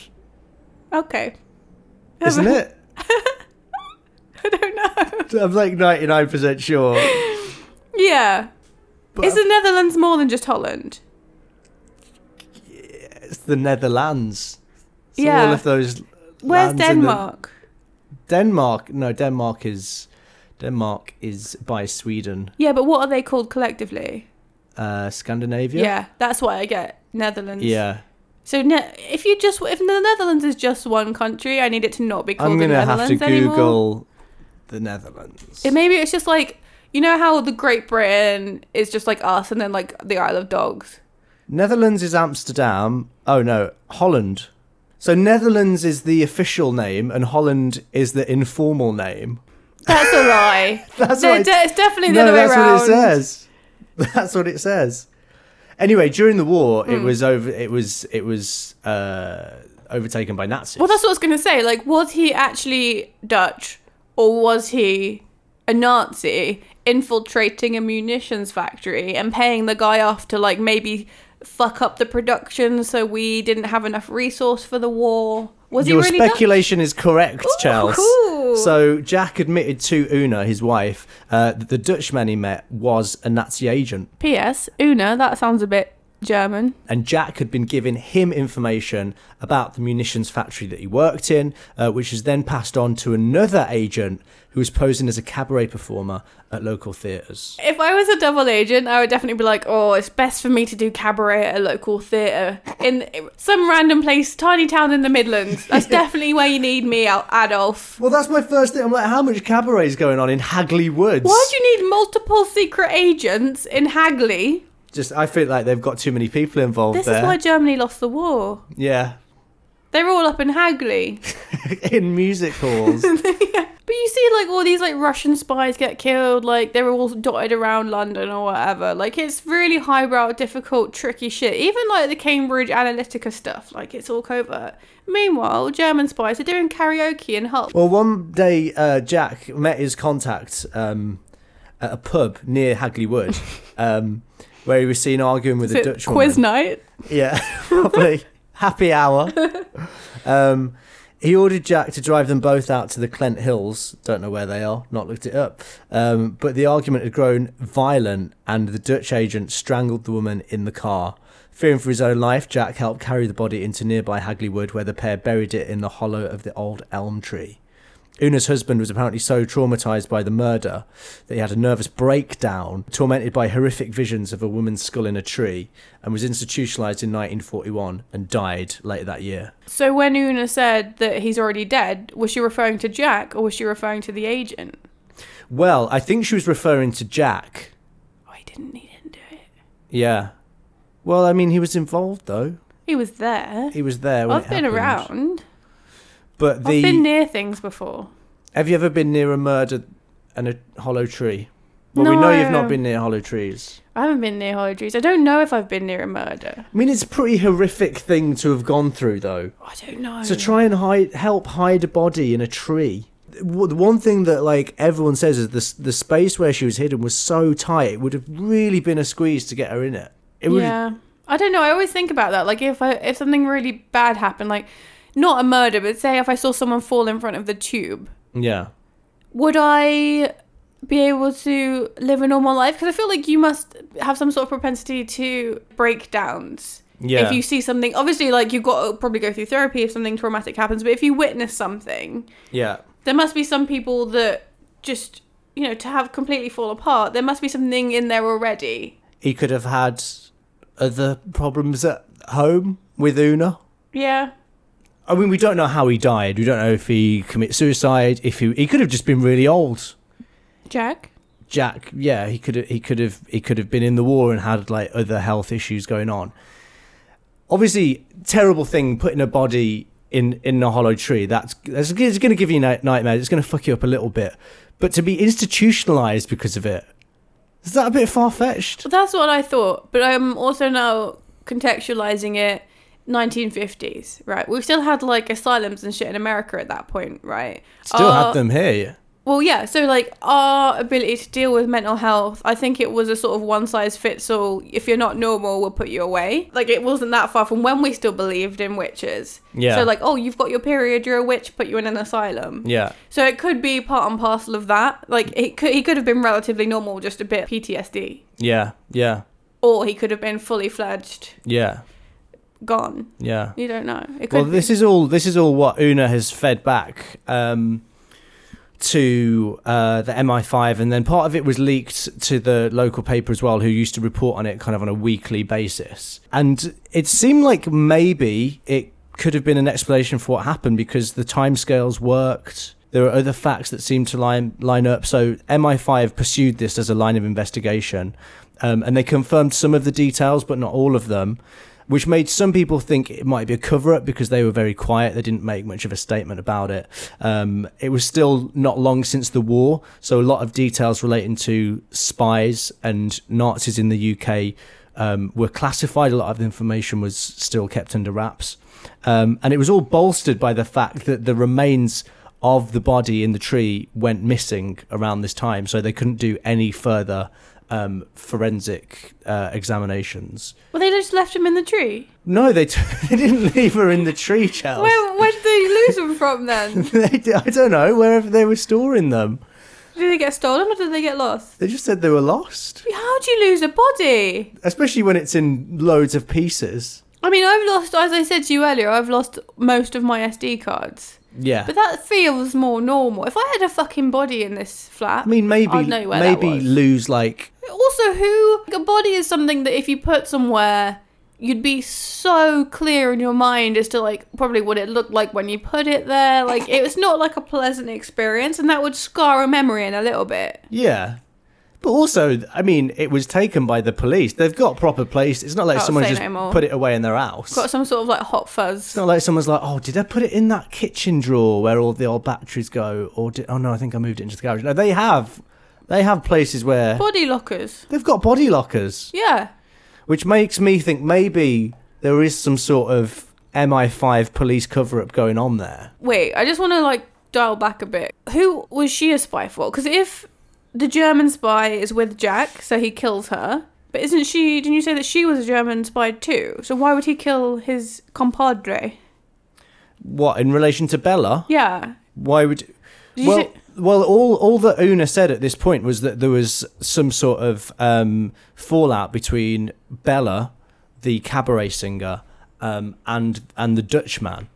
[SPEAKER 2] Okay,
[SPEAKER 1] Isn't it?
[SPEAKER 2] I don't know.
[SPEAKER 1] I'm like 99% sure.
[SPEAKER 2] Yeah,
[SPEAKER 1] But
[SPEAKER 2] is the Netherlands more than just Holland?
[SPEAKER 1] it's the Netherlands. It's
[SPEAKER 2] Yeah.
[SPEAKER 1] all of those.
[SPEAKER 2] Where's
[SPEAKER 1] lands in the-
[SPEAKER 2] Denmark?
[SPEAKER 1] Denmark. No, Denmark is. Denmark is by Sweden.
[SPEAKER 2] Yeah, but what are they called collectively?
[SPEAKER 1] Uh, Scandinavia?
[SPEAKER 2] Yeah, that's why I get Netherlands.
[SPEAKER 1] Yeah.
[SPEAKER 2] So ne- if you just if the Netherlands is just one country, I need it to not be called
[SPEAKER 1] I'm
[SPEAKER 2] the
[SPEAKER 1] going to have
[SPEAKER 2] Netherlands
[SPEAKER 1] to Google
[SPEAKER 2] anymore.
[SPEAKER 1] the Netherlands.
[SPEAKER 2] It, maybe it's just like you know how the Great Britain is just like us, and then like the Isle of Dogs.
[SPEAKER 1] Netherlands is Amsterdam. Oh no, Holland. So Netherlands is the official name and Holland is the informal name.
[SPEAKER 2] That's a lie.
[SPEAKER 1] That's
[SPEAKER 2] No,
[SPEAKER 1] what I-
[SPEAKER 2] de- it's definitely the other way
[SPEAKER 1] that's
[SPEAKER 2] around.
[SPEAKER 1] what it says. That's what it says. Anyway, during the war, it
[SPEAKER 2] Hmm.
[SPEAKER 1] was over. It was it was uh, overtaken by Nazis.
[SPEAKER 2] Well, that's what I was going to say. Like, was he actually Dutch or was he a Nazi infiltrating a munitions factory and paying the guy off to, like, maybe fuck up the production so we didn't have enough resource for the war? Was
[SPEAKER 1] Your
[SPEAKER 2] he really Dutch?
[SPEAKER 1] speculation is correct, Charles.
[SPEAKER 2] cool.
[SPEAKER 1] So Jack admitted to Una, his wife, uh, that the Dutchman he met was a Nazi agent,
[SPEAKER 2] P.S. Una, that sounds a bit German.
[SPEAKER 1] and Jack had been giving him information about the munitions factory that he worked in, uh, which was then passed on to another agent who was posing as a cabaret performer at local theatres.
[SPEAKER 2] If I was a double agent, I would definitely be like, oh, it's best for me to do cabaret at a local theatre in some random place, tiny town in the Midlands. That's definitely where you need me, Al- Adolf.
[SPEAKER 1] Well, that's my first thing. I'm like, how much cabaret is going on in Hagley Woods?
[SPEAKER 2] Why do you need multiple secret agents in Hagley?
[SPEAKER 1] Just, I feel like they've got too many people involved
[SPEAKER 2] This
[SPEAKER 1] there.
[SPEAKER 2] is why Germany lost the war.
[SPEAKER 1] Yeah,
[SPEAKER 2] They're all up in Hagley.
[SPEAKER 1] in music halls.
[SPEAKER 2] But you see, like all these like Russian spies get killed, like they're all dotted around London or whatever. Like it's really highbrow, difficult, tricky shit. Even like the Cambridge Analytica stuff, like it's all covert. Meanwhile, German spies are doing karaoke in Hull.
[SPEAKER 1] Well, one day uh, Jack met his contact um, at a pub near Hagley Wood, um, where he was seen arguing with
[SPEAKER 2] Is
[SPEAKER 1] a
[SPEAKER 2] it
[SPEAKER 1] Dutch woman.
[SPEAKER 2] quiz night.
[SPEAKER 1] Yeah, probably happy hour. Um, he ordered Jack to drive them both out to the Clent Hills. Don't know where they are. Not looked it up. Um, but the argument had grown violent, and the Dutch agent strangled the woman in the car. Fearing for his own life, Jack helped carry the body into nearby Hagley Wood, where the pair buried it in the hollow of the old elm tree. Una's husband was apparently so traumatized by the murder that he had a nervous breakdown, tormented by horrific visions of a woman's skull in a tree, and was institutionalized in 1941 and died later that year.
[SPEAKER 2] So when Una said that he's already dead, was she referring to Jack or was she referring to the agent?
[SPEAKER 1] Well, I think she was referring to Jack.
[SPEAKER 2] Oh, he didn't. He didn't do it.
[SPEAKER 1] Yeah. Well, I mean, he was involved though.
[SPEAKER 2] He was there.
[SPEAKER 1] He was there. When
[SPEAKER 2] I've
[SPEAKER 1] it
[SPEAKER 2] been
[SPEAKER 1] happened.
[SPEAKER 2] around.
[SPEAKER 1] But the
[SPEAKER 2] I've been near things before.
[SPEAKER 1] have you ever been near a murder and a hollow tree? Well, we know you've not
[SPEAKER 2] No.
[SPEAKER 1] been near hollow trees.
[SPEAKER 2] I haven't been near hollow trees. I don't know if I've been near a murder.
[SPEAKER 1] I mean, it's a pretty horrific thing to have gone through, though.
[SPEAKER 2] I don't know.
[SPEAKER 1] to try and hide, help hide a body in a tree. W- The one thing that like everyone says is the s- the space where she was hidden was so tight it would have really been a squeeze to get her in it. It would.
[SPEAKER 2] yeah. I don't know. I always think about that. Like if I, if something really bad happened, like not a murder, but say if I saw someone fall in front of the tube,
[SPEAKER 1] Yeah.
[SPEAKER 2] would I be able to live a normal life? Because I feel like you must have some sort of propensity to breakdowns.
[SPEAKER 1] Yeah.
[SPEAKER 2] If you see something, obviously, like you've got to probably go through therapy if something traumatic happens. But if you witness something,
[SPEAKER 1] yeah.
[SPEAKER 2] there must be some people that just you know to have completely fall apart there must be something in there already
[SPEAKER 1] He could have had other problems at home with Una.
[SPEAKER 2] yeah
[SPEAKER 1] I mean, we don't know how he died. We don't know if he committed suicide. If he he could have just been really old.
[SPEAKER 2] jack
[SPEAKER 1] Jack, yeah, he could have, he could have he could have been in the war and had like other health issues going on. Obviously, terrible thing putting a body in in a hollow tree. That's that's it's going to give you night- nightmares. It's going to fuck you up a little bit. But to be institutionalized because of it, is that a bit far fetched?
[SPEAKER 2] so that's what i thought but i'm also now contextualizing it 1950s right we still had like asylums and shit in america at that point right
[SPEAKER 1] Still
[SPEAKER 2] Our-
[SPEAKER 1] have them here.
[SPEAKER 2] well yeah so like our ability to deal with mental health i think it was a sort of one size fits all if you're not normal we'll put you away like it wasn't that far from when we still believed in witches
[SPEAKER 1] Yeah.
[SPEAKER 2] so like oh you've got your period you're a witch put you in an asylum
[SPEAKER 1] Yeah,
[SPEAKER 2] so it could be part and parcel of that like it could, he could have been relatively normal just a bit ptsd
[SPEAKER 1] yeah, yeah,
[SPEAKER 2] or he could have been fully fledged
[SPEAKER 1] yeah,
[SPEAKER 2] gone
[SPEAKER 1] yeah.
[SPEAKER 2] you don't know it could
[SPEAKER 1] Well, this is all this is all what Una has fed back um, to uh, the MI5, and then part of it was leaked to the local paper as well, who used to report on it kind of on a weekly basis. And it seemed like maybe it could have been an explanation for what happened because the timescales worked. There are other facts that seem to line line up. So MI5 pursued this as a line of investigation, um, and they confirmed some of the details, but not all of them which made some people think it might be a cover up because they were very quiet. They didn't make much of a statement about it. Um, it was still not long since the war, so a lot of details relating to spies and Nazis in the UK um, were classified. A lot of the information was still kept under wraps. Um, and it was all bolstered by the fact that the remains of the body in the tree went missing around this time, so they couldn't do any further um, forensic uh, examinations.
[SPEAKER 2] well they just left him in the tree
[SPEAKER 1] No, they, t- they didn't leave her in the tree, Charles.
[SPEAKER 2] where, where did they lose him from then
[SPEAKER 1] They d- I don't know, wherever they were storing them.
[SPEAKER 2] did they get stolen or did they get lost
[SPEAKER 1] They just said they were lost,
[SPEAKER 2] how do you lose a body
[SPEAKER 1] especially when it's in loads of pieces.
[SPEAKER 2] I mean, I've lost, as I said to you earlier, I've lost most of my SD cards.
[SPEAKER 1] Yeah.
[SPEAKER 2] But that feels more normal. If I had a fucking body in this flat,
[SPEAKER 1] I mean, maybe
[SPEAKER 2] I'd know where
[SPEAKER 1] maybe
[SPEAKER 2] that was.
[SPEAKER 1] lose like
[SPEAKER 2] also, who a body is something that if you put somewhere, you'd be so clear in your mind as to like probably what it looked like when you put it there. Like it was not like a pleasant experience, and that would scar a memory in a little bit.
[SPEAKER 1] yeah. But also, I mean, it was taken by the police. They've got proper place. It's not like
[SPEAKER 2] Can't
[SPEAKER 1] someone
[SPEAKER 2] say
[SPEAKER 1] just
[SPEAKER 2] no more.
[SPEAKER 1] put it away in their house.
[SPEAKER 2] Got some sort of like hot
[SPEAKER 1] It's
[SPEAKER 2] fuzz.
[SPEAKER 1] not like someone's like, oh, did I put it in that kitchen drawer where all the old batteries go? Or did, oh no, I think I moved it into the garage. No, they have, they have places where
[SPEAKER 2] Body lockers.
[SPEAKER 1] they've got body lockers,
[SPEAKER 2] Yeah.
[SPEAKER 1] which makes me think maybe there is some sort of MI5 police cover up going on there.
[SPEAKER 2] Wait, I just want to like dial back a bit. Who was she a spy for? Because if the German spy is with Jack, so he kills her. But isn't she? Didn't you say that she was a German spy too? So why would he kill his compadre?
[SPEAKER 1] What in relation to Bella?
[SPEAKER 2] Yeah.
[SPEAKER 1] Why would?
[SPEAKER 2] Did you
[SPEAKER 1] well,
[SPEAKER 2] say-
[SPEAKER 1] well, all all that Una said at this point was that there was some sort of um, fallout between Bella, the cabaret singer, um, and and the Dutchman.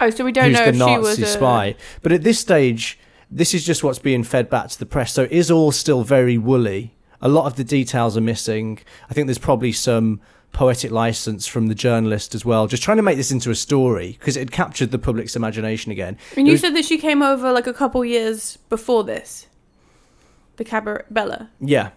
[SPEAKER 2] Oh, so we don't
[SPEAKER 1] who's
[SPEAKER 2] know
[SPEAKER 1] the
[SPEAKER 2] if
[SPEAKER 1] Nazi
[SPEAKER 2] she was a
[SPEAKER 1] spy. But at this stage, this is just what's being fed back to the press. So it is all still very woolly. A lot of the details are missing. I think there's probably some poetic license from the journalist as well, just trying to make this into a story because it had captured the public's imagination again.
[SPEAKER 2] And
[SPEAKER 1] It
[SPEAKER 2] you
[SPEAKER 1] was-
[SPEAKER 2] said that she came over like a couple years before this. The cabaret Bella.
[SPEAKER 1] yeah,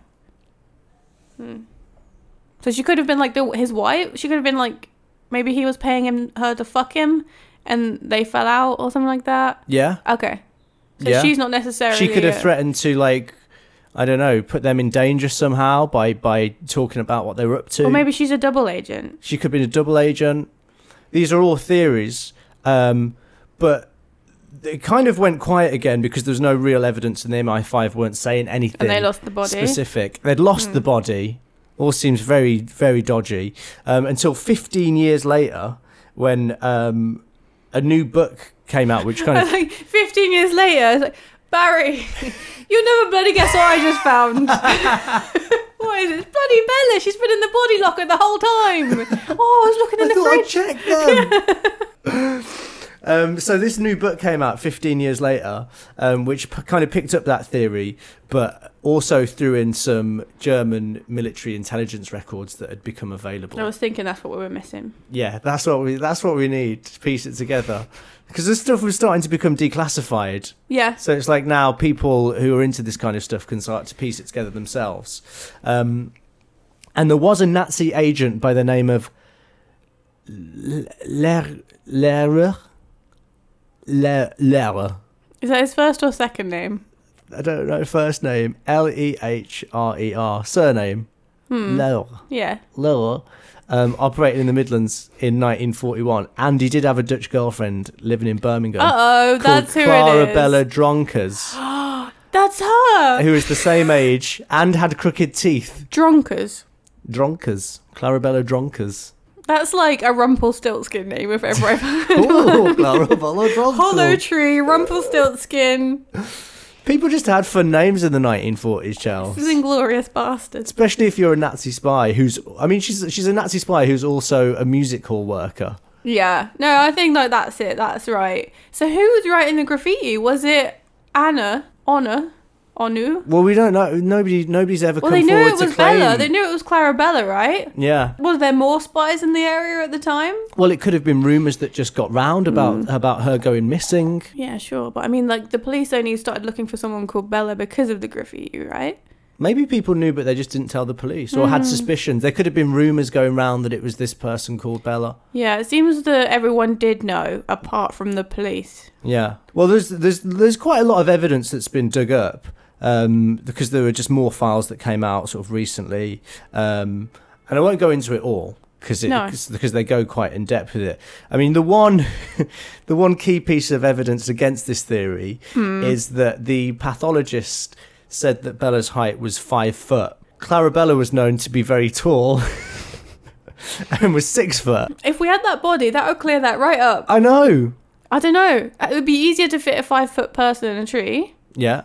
[SPEAKER 2] So she could have been like the, his wife. She could have been like maybe he was paying him her to fuck him, and they fell out or something like that.
[SPEAKER 1] yeah,
[SPEAKER 2] Okay. So
[SPEAKER 1] yeah.
[SPEAKER 2] she's not necessarily.
[SPEAKER 1] she could have
[SPEAKER 2] a-
[SPEAKER 1] threatened to like. I don't know, put them in danger somehow by by talking about what they were up to.
[SPEAKER 2] Or maybe she's a double agent.
[SPEAKER 1] She could be a double agent. These are all theories, um, but it kind of went quiet again because there was no real evidence, and the MI5 weren't saying anything
[SPEAKER 2] And they lost the body. Hmm.
[SPEAKER 1] specific. They'd lost the body. All seems very, very dodgy. Um, until 15 years later, when um, a new book came out, which kind of
[SPEAKER 2] like fifteen years later, it's like, Barry, you'll never bloody guess what I just found. what is it? It's bloody Bella. She's been in the body locker the whole time. Oh, I was looking in
[SPEAKER 1] I thought
[SPEAKER 2] the fridge.
[SPEAKER 1] I'd check them. um, so this new book came out 15 years later, um, which p- kind of picked up that theory, but also threw in some German military intelligence records that had become available.
[SPEAKER 2] I was thinking that's what we were missing.
[SPEAKER 1] Yeah, that's what we that's what we need to piece it together. Because this stuff was starting to become declassified,
[SPEAKER 2] Yeah.
[SPEAKER 1] so it's like now people who are into this kind of stuff can start to piece it together themselves. Um, and there was a Nazi agent by the name of L- Ler- Lehrer. Le- Lehrer.
[SPEAKER 2] Is that his first or second name?
[SPEAKER 1] I don't know first name. L E H R E R. Surname
[SPEAKER 2] Hmm.
[SPEAKER 1] Lehrer.
[SPEAKER 2] Yeah.
[SPEAKER 1] Lehrer. Um, operated in the Midlands in 1941, and he did have a Dutch girlfriend living in Birmingham
[SPEAKER 2] Uh oh,
[SPEAKER 1] called
[SPEAKER 2] that's who
[SPEAKER 1] Clara
[SPEAKER 2] it is.
[SPEAKER 1] Bella Dronkers.
[SPEAKER 2] That's her.
[SPEAKER 1] who is the same age and had crooked teeth.
[SPEAKER 2] Dronkers.
[SPEAKER 1] Dronkers. Clarabella Dronkers.
[SPEAKER 2] That's like a Rumpelstiltskin name if ever I've heard.
[SPEAKER 1] Ooh, Clarabella Dronkers.
[SPEAKER 2] Hollow Tree, Rumpelstiltskin,
[SPEAKER 1] People just had fun names in the 1940s, Charles.
[SPEAKER 2] this is Inglorious Bastards.
[SPEAKER 1] Especially if you're a Nazi spy who's, I mean, she's, she's a Nazi spy who's also a music hall worker.
[SPEAKER 2] Yeah. No, I think like that's it. That's right. So who was writing the graffiti? Was it Anna? Honor? Onu?
[SPEAKER 1] Well, we don't know. Nobody, nobody's ever
[SPEAKER 2] Well, they
[SPEAKER 1] come
[SPEAKER 2] knew
[SPEAKER 1] forward
[SPEAKER 2] it was
[SPEAKER 1] to claim.
[SPEAKER 2] Bella. They knew it was Clara Bella, right?
[SPEAKER 1] yeah.
[SPEAKER 2] Was there more spies in the area at the time?
[SPEAKER 1] Well, it could have been rumours that just got round about
[SPEAKER 2] Mm.
[SPEAKER 1] about her going missing.
[SPEAKER 2] Yeah, sure. But I mean, like, the police only started looking for someone called Bella because of the graffiti, right?
[SPEAKER 1] Maybe people knew, but they just didn't tell the police or
[SPEAKER 2] Mm.
[SPEAKER 1] had suspicions. There could have been rumours going round that it was this person called Bella.
[SPEAKER 2] Yeah, it seems that everyone did know, apart from the police.
[SPEAKER 1] Yeah. Well, there's there's there's quite a lot of evidence that's been dug up um, because there were just more files that came out sort of recently, um, and I won't go into it all because
[SPEAKER 2] No.
[SPEAKER 1] because because they go quite in depth with it. I mean, the one the one key piece of evidence against this theory is that the pathologist said that Bella's height was five foot. Clarabella was known to be very tall. And was six foot.
[SPEAKER 2] If we had that body, that would clear that right up.
[SPEAKER 1] I know.
[SPEAKER 2] I don't know. It would be easier to fit a five foot person in a tree.
[SPEAKER 1] Yeah.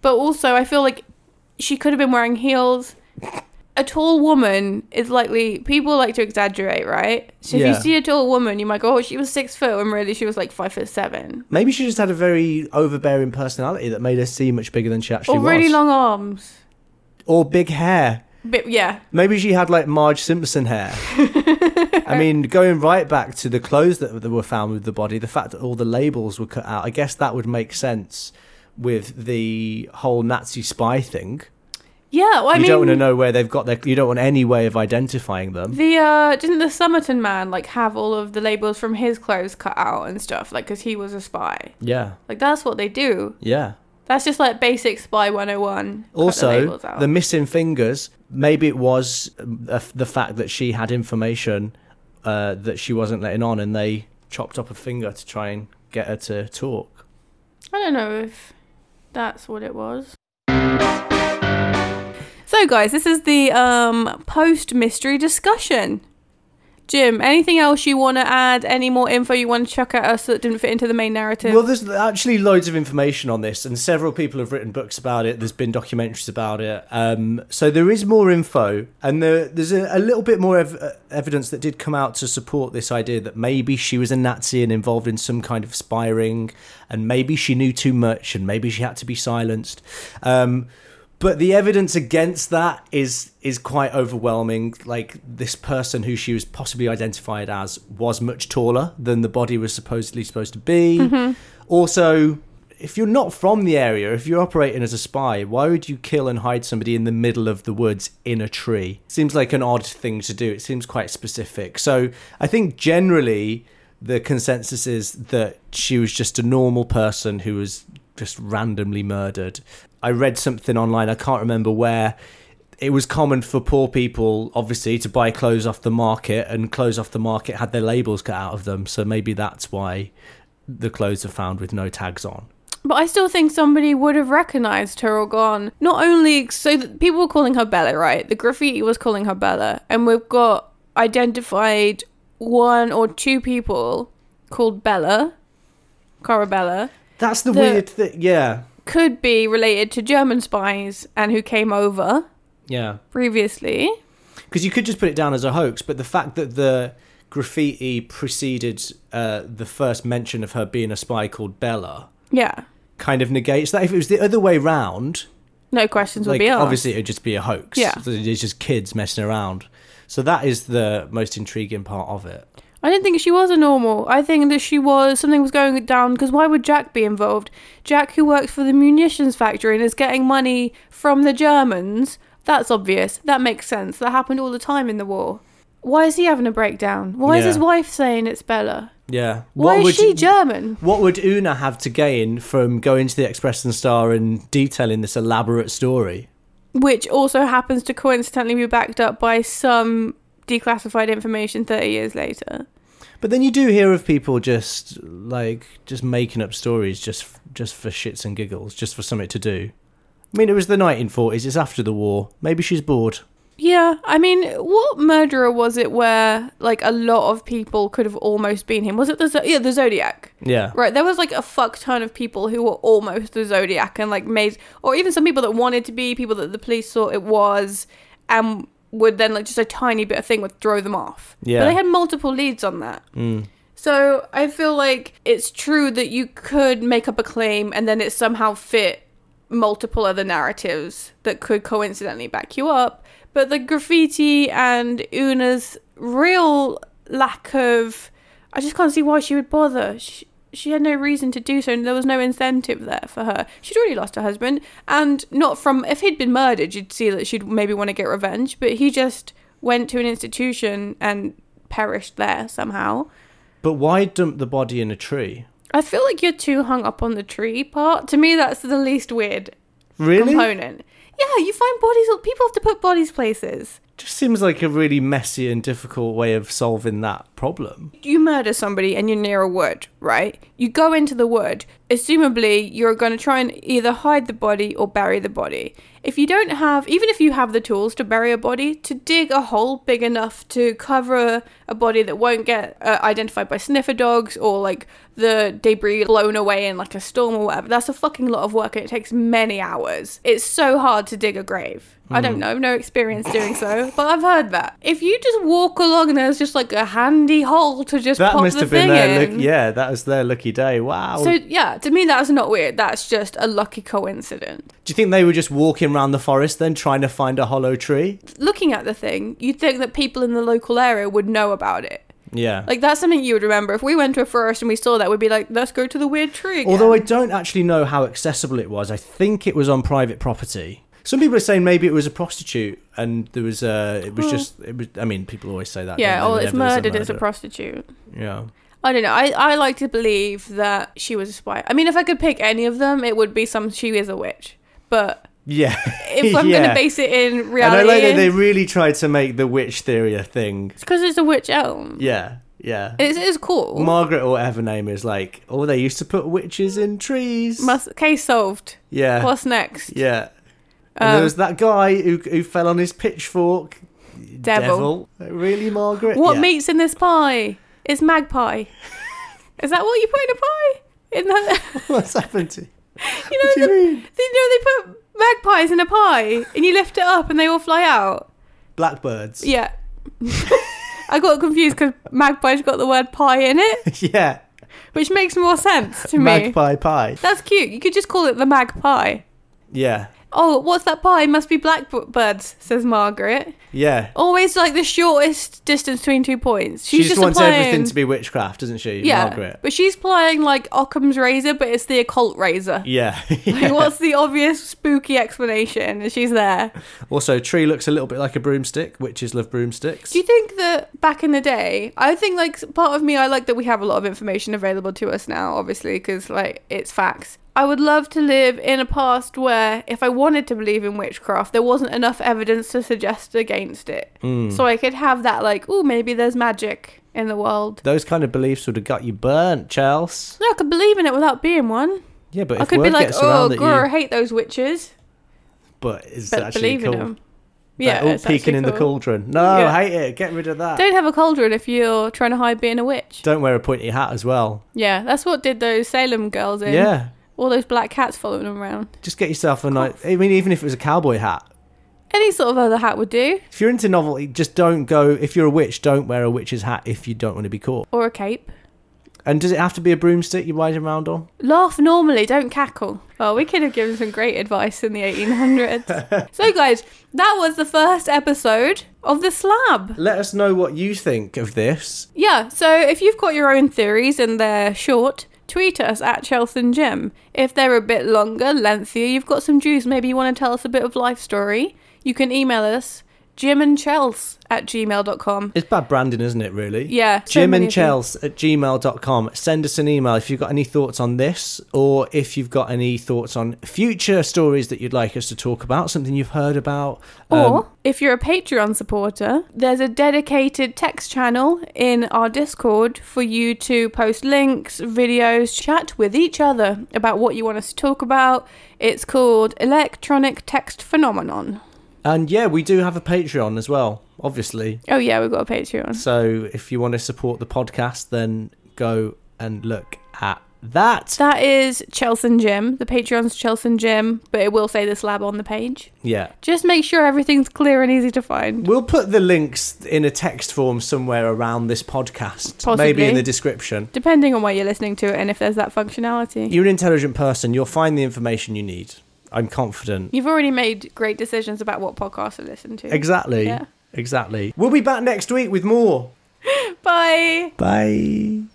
[SPEAKER 2] But also, I feel like she could have been wearing heels. A tall woman is likely, people like to exaggerate, right? So if
[SPEAKER 1] Yeah.
[SPEAKER 2] you see a tall woman, you might go, oh, she was six foot, when really she was like five foot seven.
[SPEAKER 1] Maybe she just had a very overbearing personality that made her seem much bigger than she actually
[SPEAKER 2] or really
[SPEAKER 1] was.
[SPEAKER 2] long arms.
[SPEAKER 1] or big hair.
[SPEAKER 2] But yeah,
[SPEAKER 1] Maybe she had like Marge Simpson hair. I mean, going right back to the clothes that, that were found with the body, the fact that all the labels were cut out, I guess that would make sense with the whole Nazi spy thing.
[SPEAKER 2] Yeah, well, I
[SPEAKER 1] you
[SPEAKER 2] mean,
[SPEAKER 1] don't want to know where they've got their. You don't want any way of identifying them.
[SPEAKER 2] The uh, didn't the Somerton man like have all of the labels from his clothes cut out and stuff, like because he was a spy.
[SPEAKER 1] Yeah,
[SPEAKER 2] Like that's what they do.
[SPEAKER 1] yeah.
[SPEAKER 2] That's just like basic spy 101. cut the
[SPEAKER 1] Also,
[SPEAKER 2] labels out.
[SPEAKER 1] the missing fingers. Maybe it was uh, f- the fact that she had information uh, that she wasn't letting on, and they chopped up a finger to try and get her to talk.
[SPEAKER 2] I don't know if that's what it was. So, guys, this is the um, post mystery discussion. Jim, anything else you want to add? Any more info you want to chuck at us that didn't fit into the main narrative?
[SPEAKER 1] Well, there's actually loads of information on this, and several people have written books about it. There's been documentaries about it. Um, so there is more info, and there, there's a, a little bit more ev- uh, evidence that did come out to support this idea that maybe she was a Nazi and involved in some kind of spy ring, and maybe she knew too much, and maybe she had to be silenced. Um, but the evidence against that is is quite overwhelming. Like this person who she was possibly identified as was much taller than the body was supposedly supposed to be. Also, if you're not from the area, if you're operating as a spy, why would you kill and hide somebody in the middle of the woods in a tree? Seems like an odd thing to do. It seems quite specific. So I think generally the consensus is that she was just a normal person who was just randomly murdered. I read something online, I can't remember where. It was common for poor people, obviously, to buy clothes off the market, and clothes off the market had their labels cut out of them. So maybe that's why the clothes are found with no tags on.
[SPEAKER 2] But I still think somebody would have recognized her or gone. Not only so that people were calling her Bella, right? The graffiti was calling her Bella, and we've got identified one or two people called Bella, Corabella,
[SPEAKER 1] That's the,
[SPEAKER 2] The-
[SPEAKER 1] weird thing. Yeah.
[SPEAKER 2] could be related to German spies and who came over
[SPEAKER 1] Yeah.
[SPEAKER 2] previously.
[SPEAKER 1] Because you could just put it down as a hoax, but the fact that the graffiti preceded uh, the first mention of her being a spy called Bella
[SPEAKER 2] Yeah,
[SPEAKER 1] kind of negates that. If it was the other way round,
[SPEAKER 2] no questions
[SPEAKER 1] like
[SPEAKER 2] will be asked.
[SPEAKER 1] obviously it would just be a hoax.
[SPEAKER 2] Yeah.
[SPEAKER 1] So It's just kids messing around. So that is the most intriguing part of it.
[SPEAKER 2] I didn't think she was a normal. I think that she was something was going down because why would Jack be involved? Jack, who works for the munitions factory and is getting money from the Germans, that's obvious. That makes sense. That happened all the time in the war. Why is he having a breakdown? Why is
[SPEAKER 1] Yeah.
[SPEAKER 2] his wife saying it's Bella?
[SPEAKER 1] Yeah.
[SPEAKER 2] Why is
[SPEAKER 1] would
[SPEAKER 2] she
[SPEAKER 1] you-
[SPEAKER 2] German?
[SPEAKER 1] What would Una have to gain from going to the Express and Star and detailing this elaborate story?
[SPEAKER 2] Which also happens to coincidentally be backed up by some declassified information 30 years later.
[SPEAKER 1] But then you do hear of people just like just making up stories just just for shits and giggles, just for something to do. I mean, it was the 1940s. It's after the war. Maybe she's bored.
[SPEAKER 2] Yeah, I mean, what murderer was it where like a lot of people could have almost been him? Was it the Zo- yeah the Zodiac?
[SPEAKER 1] Yeah.
[SPEAKER 2] Right, there was like a fuck ton of people who were almost the Zodiac and like made, or even some people that wanted to be people that the police thought it was, and would then like just a tiny bit of thing would throw them off.
[SPEAKER 1] Yeah.
[SPEAKER 2] but they had multiple leads on that. So I feel like it's true that you could make up a claim and then it somehow fit multiple other narratives that could coincidentally back you up. But the graffiti and Una's real lack of, I just can't see why she would bother. She, she had no reason to do so, and there was no incentive there for her. She'd already lost her husband, and not from if he'd been murdered, you'd see that she'd maybe want to get revenge. But he just went to an institution and perished there somehow.
[SPEAKER 1] But why dump the body in a tree?
[SPEAKER 2] I feel like you're too hung up on the tree part. To me, that's the least weird
[SPEAKER 1] Really?
[SPEAKER 2] component. Yeah, you find bodies. People have to put bodies places.
[SPEAKER 1] Just seems like a really messy and difficult way of solving that problem.
[SPEAKER 2] You murder somebody and you're near a wood, right? You go into the wood. Assumably, you're going to try and either hide the body or bury the body. If you don't have, even if you have the tools to bury a body, to dig a hole big enough to cover a body that won't get uh, identified by sniffer dogs or like the debris blown away in like a storm or whatever, that's a fucking lot of work and it takes many hours. It's so hard to dig a grave. I
[SPEAKER 1] Hmm.
[SPEAKER 2] don't know, no experience doing so, but I've heard that. If you just walk along and there's just like a handy hole to just
[SPEAKER 1] That
[SPEAKER 2] pop
[SPEAKER 1] must
[SPEAKER 2] the
[SPEAKER 1] have been
[SPEAKER 2] thing
[SPEAKER 1] their
[SPEAKER 2] in.
[SPEAKER 1] look. Yeah, that was their lucky day. Wow.
[SPEAKER 2] So yeah, to me that's not weird. That's just a lucky coincidence.
[SPEAKER 1] Do you think they were just walking around the forest then trying to find a hollow tree?
[SPEAKER 2] looking at the thing, you'd think that people in the local area would know about it.
[SPEAKER 1] Yeah.
[SPEAKER 2] Like that's something you would remember. If we went to a forest and we saw that, we'd be like, "Let's go to the weird tree." Again.
[SPEAKER 1] Although I don't actually know how accessible it was, I think it was on private property. Some people are saying maybe it was a prostitute, and there was uh, it was
[SPEAKER 2] Oh.
[SPEAKER 1] just it was. I mean, people always say that.
[SPEAKER 2] yeah,
[SPEAKER 1] don't
[SPEAKER 2] or
[SPEAKER 1] they?
[SPEAKER 2] it's
[SPEAKER 1] Whenever there's
[SPEAKER 2] murdered, it's a
[SPEAKER 1] murder.
[SPEAKER 2] prostitute.
[SPEAKER 1] Yeah,
[SPEAKER 2] I don't know. I, I like to believe that she was a spy. I mean, if I could pick any of them, it would be some she is a witch. But
[SPEAKER 1] yeah.
[SPEAKER 2] if I'm
[SPEAKER 1] Yeah.
[SPEAKER 2] gonna base it in
[SPEAKER 1] And I
[SPEAKER 2] reality,
[SPEAKER 1] like that they really tried to make the witch theory a thing.
[SPEAKER 2] it's because it's a witch elm.
[SPEAKER 1] Yeah, yeah.
[SPEAKER 2] It's, it's cool.
[SPEAKER 1] Margaret or whatever her name is like, oh, they used to put witches in trees.
[SPEAKER 2] Must, case solved.
[SPEAKER 1] yeah,
[SPEAKER 2] What's next?
[SPEAKER 1] Uh, yeah. And
[SPEAKER 2] Um,
[SPEAKER 1] there was that guy who who fell on his pitchfork.
[SPEAKER 2] Devil.
[SPEAKER 1] Like, Really, Margaret?
[SPEAKER 2] What
[SPEAKER 1] Yeah.
[SPEAKER 2] meat's in this pie? It's magpie. is that what you put in a pie? In the,
[SPEAKER 1] What's happened to?
[SPEAKER 2] you know,
[SPEAKER 1] What do you
[SPEAKER 2] the,
[SPEAKER 1] mean?
[SPEAKER 2] they, you know, they put magpies in a pie and you lift it up and they all fly out.
[SPEAKER 1] Blackbirds.
[SPEAKER 2] Yeah. I got confused because magpie's got the word pie in it,
[SPEAKER 1] yeah.
[SPEAKER 2] which makes more sense to me.
[SPEAKER 1] Magpie pie.
[SPEAKER 2] That's cute. You could just call it the magpie.
[SPEAKER 1] Yeah.
[SPEAKER 2] Oh, what's that pie? Must be blackbirds, says Margaret.
[SPEAKER 1] Yeah.
[SPEAKER 2] Always like the shortest distance between two points. She's
[SPEAKER 1] she just,
[SPEAKER 2] just
[SPEAKER 1] wants
[SPEAKER 2] applying...
[SPEAKER 1] everything to be witchcraft, doesn't she?
[SPEAKER 2] Yeah,
[SPEAKER 1] Margaret.
[SPEAKER 2] but she's playing like Occam's razor, but it's the occult razor.
[SPEAKER 1] Yeah.
[SPEAKER 2] Like, what's the obvious spooky explanation? And she's there.
[SPEAKER 1] Also, tree looks a little bit like a broomstick. Witches love broomsticks.
[SPEAKER 2] Do you think that back in the day, I think like part of me, I like that we have a lot of information available to us now, obviously, because like it's facts. I would love to live in a past where, if I wanted to believe in witchcraft, there wasn't enough evidence to suggest against it.
[SPEAKER 1] Mm.
[SPEAKER 2] So I could have that, like, oh, maybe there's magic in the world.
[SPEAKER 1] Those kind of beliefs would have got you burnt, Chels.
[SPEAKER 2] No, I could believe in it without being one.
[SPEAKER 1] Yeah, but
[SPEAKER 2] I
[SPEAKER 1] if
[SPEAKER 2] could
[SPEAKER 1] word
[SPEAKER 2] be like,
[SPEAKER 1] gets
[SPEAKER 2] oh,
[SPEAKER 1] around that
[SPEAKER 2] grr, I
[SPEAKER 1] you,
[SPEAKER 2] hate those witches,
[SPEAKER 1] but it's
[SPEAKER 2] but
[SPEAKER 1] actually
[SPEAKER 2] believe
[SPEAKER 1] cool.
[SPEAKER 2] in them. Yeah,
[SPEAKER 1] like, all
[SPEAKER 2] it's actually
[SPEAKER 1] peeking in the
[SPEAKER 2] cool.
[SPEAKER 1] cauldron. No,
[SPEAKER 2] Yeah.
[SPEAKER 1] I hate it. Get rid of that. Don't,
[SPEAKER 2] Don't have a cauldron if you're trying to hide being a witch.
[SPEAKER 1] wear a pointy hat as well.
[SPEAKER 2] Yeah, that's what did those Salem girls in.
[SPEAKER 1] Yeah,
[SPEAKER 2] All those black cats following them around.
[SPEAKER 1] just get yourself a nice. I mean, even if it was a cowboy hat.
[SPEAKER 2] Any sort of other hat would do,
[SPEAKER 1] If you're into novelty, just don't go. If you're a witch, don't wear a witch's hat if you don't want to be caught.
[SPEAKER 2] or a cape.
[SPEAKER 1] And does it have to be a broomstick you ride around on?
[SPEAKER 2] Laugh normally, don't cackle. Oh, we could have given some great advice in the 1800s. so, guys, that was the first episode of The Slab.
[SPEAKER 1] Let us know what you think of this.
[SPEAKER 2] Yeah, so if you've got your own theories and they're short, tweet us at Chelson Jim. If they're a bit longer, lengthier, you've got some juice, maybe you want to tell us a bit of life story, you can email us Jim and Chels at gmail.com.
[SPEAKER 1] It's bad branding, isn't it, really?
[SPEAKER 2] Yeah. so
[SPEAKER 1] Jim
[SPEAKER 2] many
[SPEAKER 1] and
[SPEAKER 2] of them.
[SPEAKER 1] Chels at gmail.com. Send us an email if you've got any thoughts on this or if you've got any thoughts on future stories that you'd like us to talk about, something you've heard about.
[SPEAKER 2] Or
[SPEAKER 1] Um,
[SPEAKER 2] if you're a Patreon supporter, there's a dedicated text channel in our Discord for you to post links, videos, chat with each other about what you want us to talk about. It's called Electronic Text Phenomenon.
[SPEAKER 1] and yeah, we do have a Patreon as well, obviously.
[SPEAKER 2] Oh, yeah, we've got a Patreon.
[SPEAKER 1] So if you want to support the podcast, then go and look at that.
[SPEAKER 2] That is Chelsea Gym. The Patreon's Chelsea Gym, but it will say this lab on the page.
[SPEAKER 1] Yeah.
[SPEAKER 2] Just make sure everything's clear and easy to find.
[SPEAKER 1] We'll put the links in a text form somewhere around this podcast, maybe
[SPEAKER 2] Possibly.
[SPEAKER 1] in the description.
[SPEAKER 2] Depending on where you're listening to it and if there's that functionality.
[SPEAKER 1] You're an intelligent person. You'll find the information you need. I'm confident.
[SPEAKER 2] You've already made great decisions about what podcasts to listen to.
[SPEAKER 1] Exactly.
[SPEAKER 2] Yeah.
[SPEAKER 1] Exactly. We'll be back next week with more.
[SPEAKER 2] Bye.
[SPEAKER 1] Bye.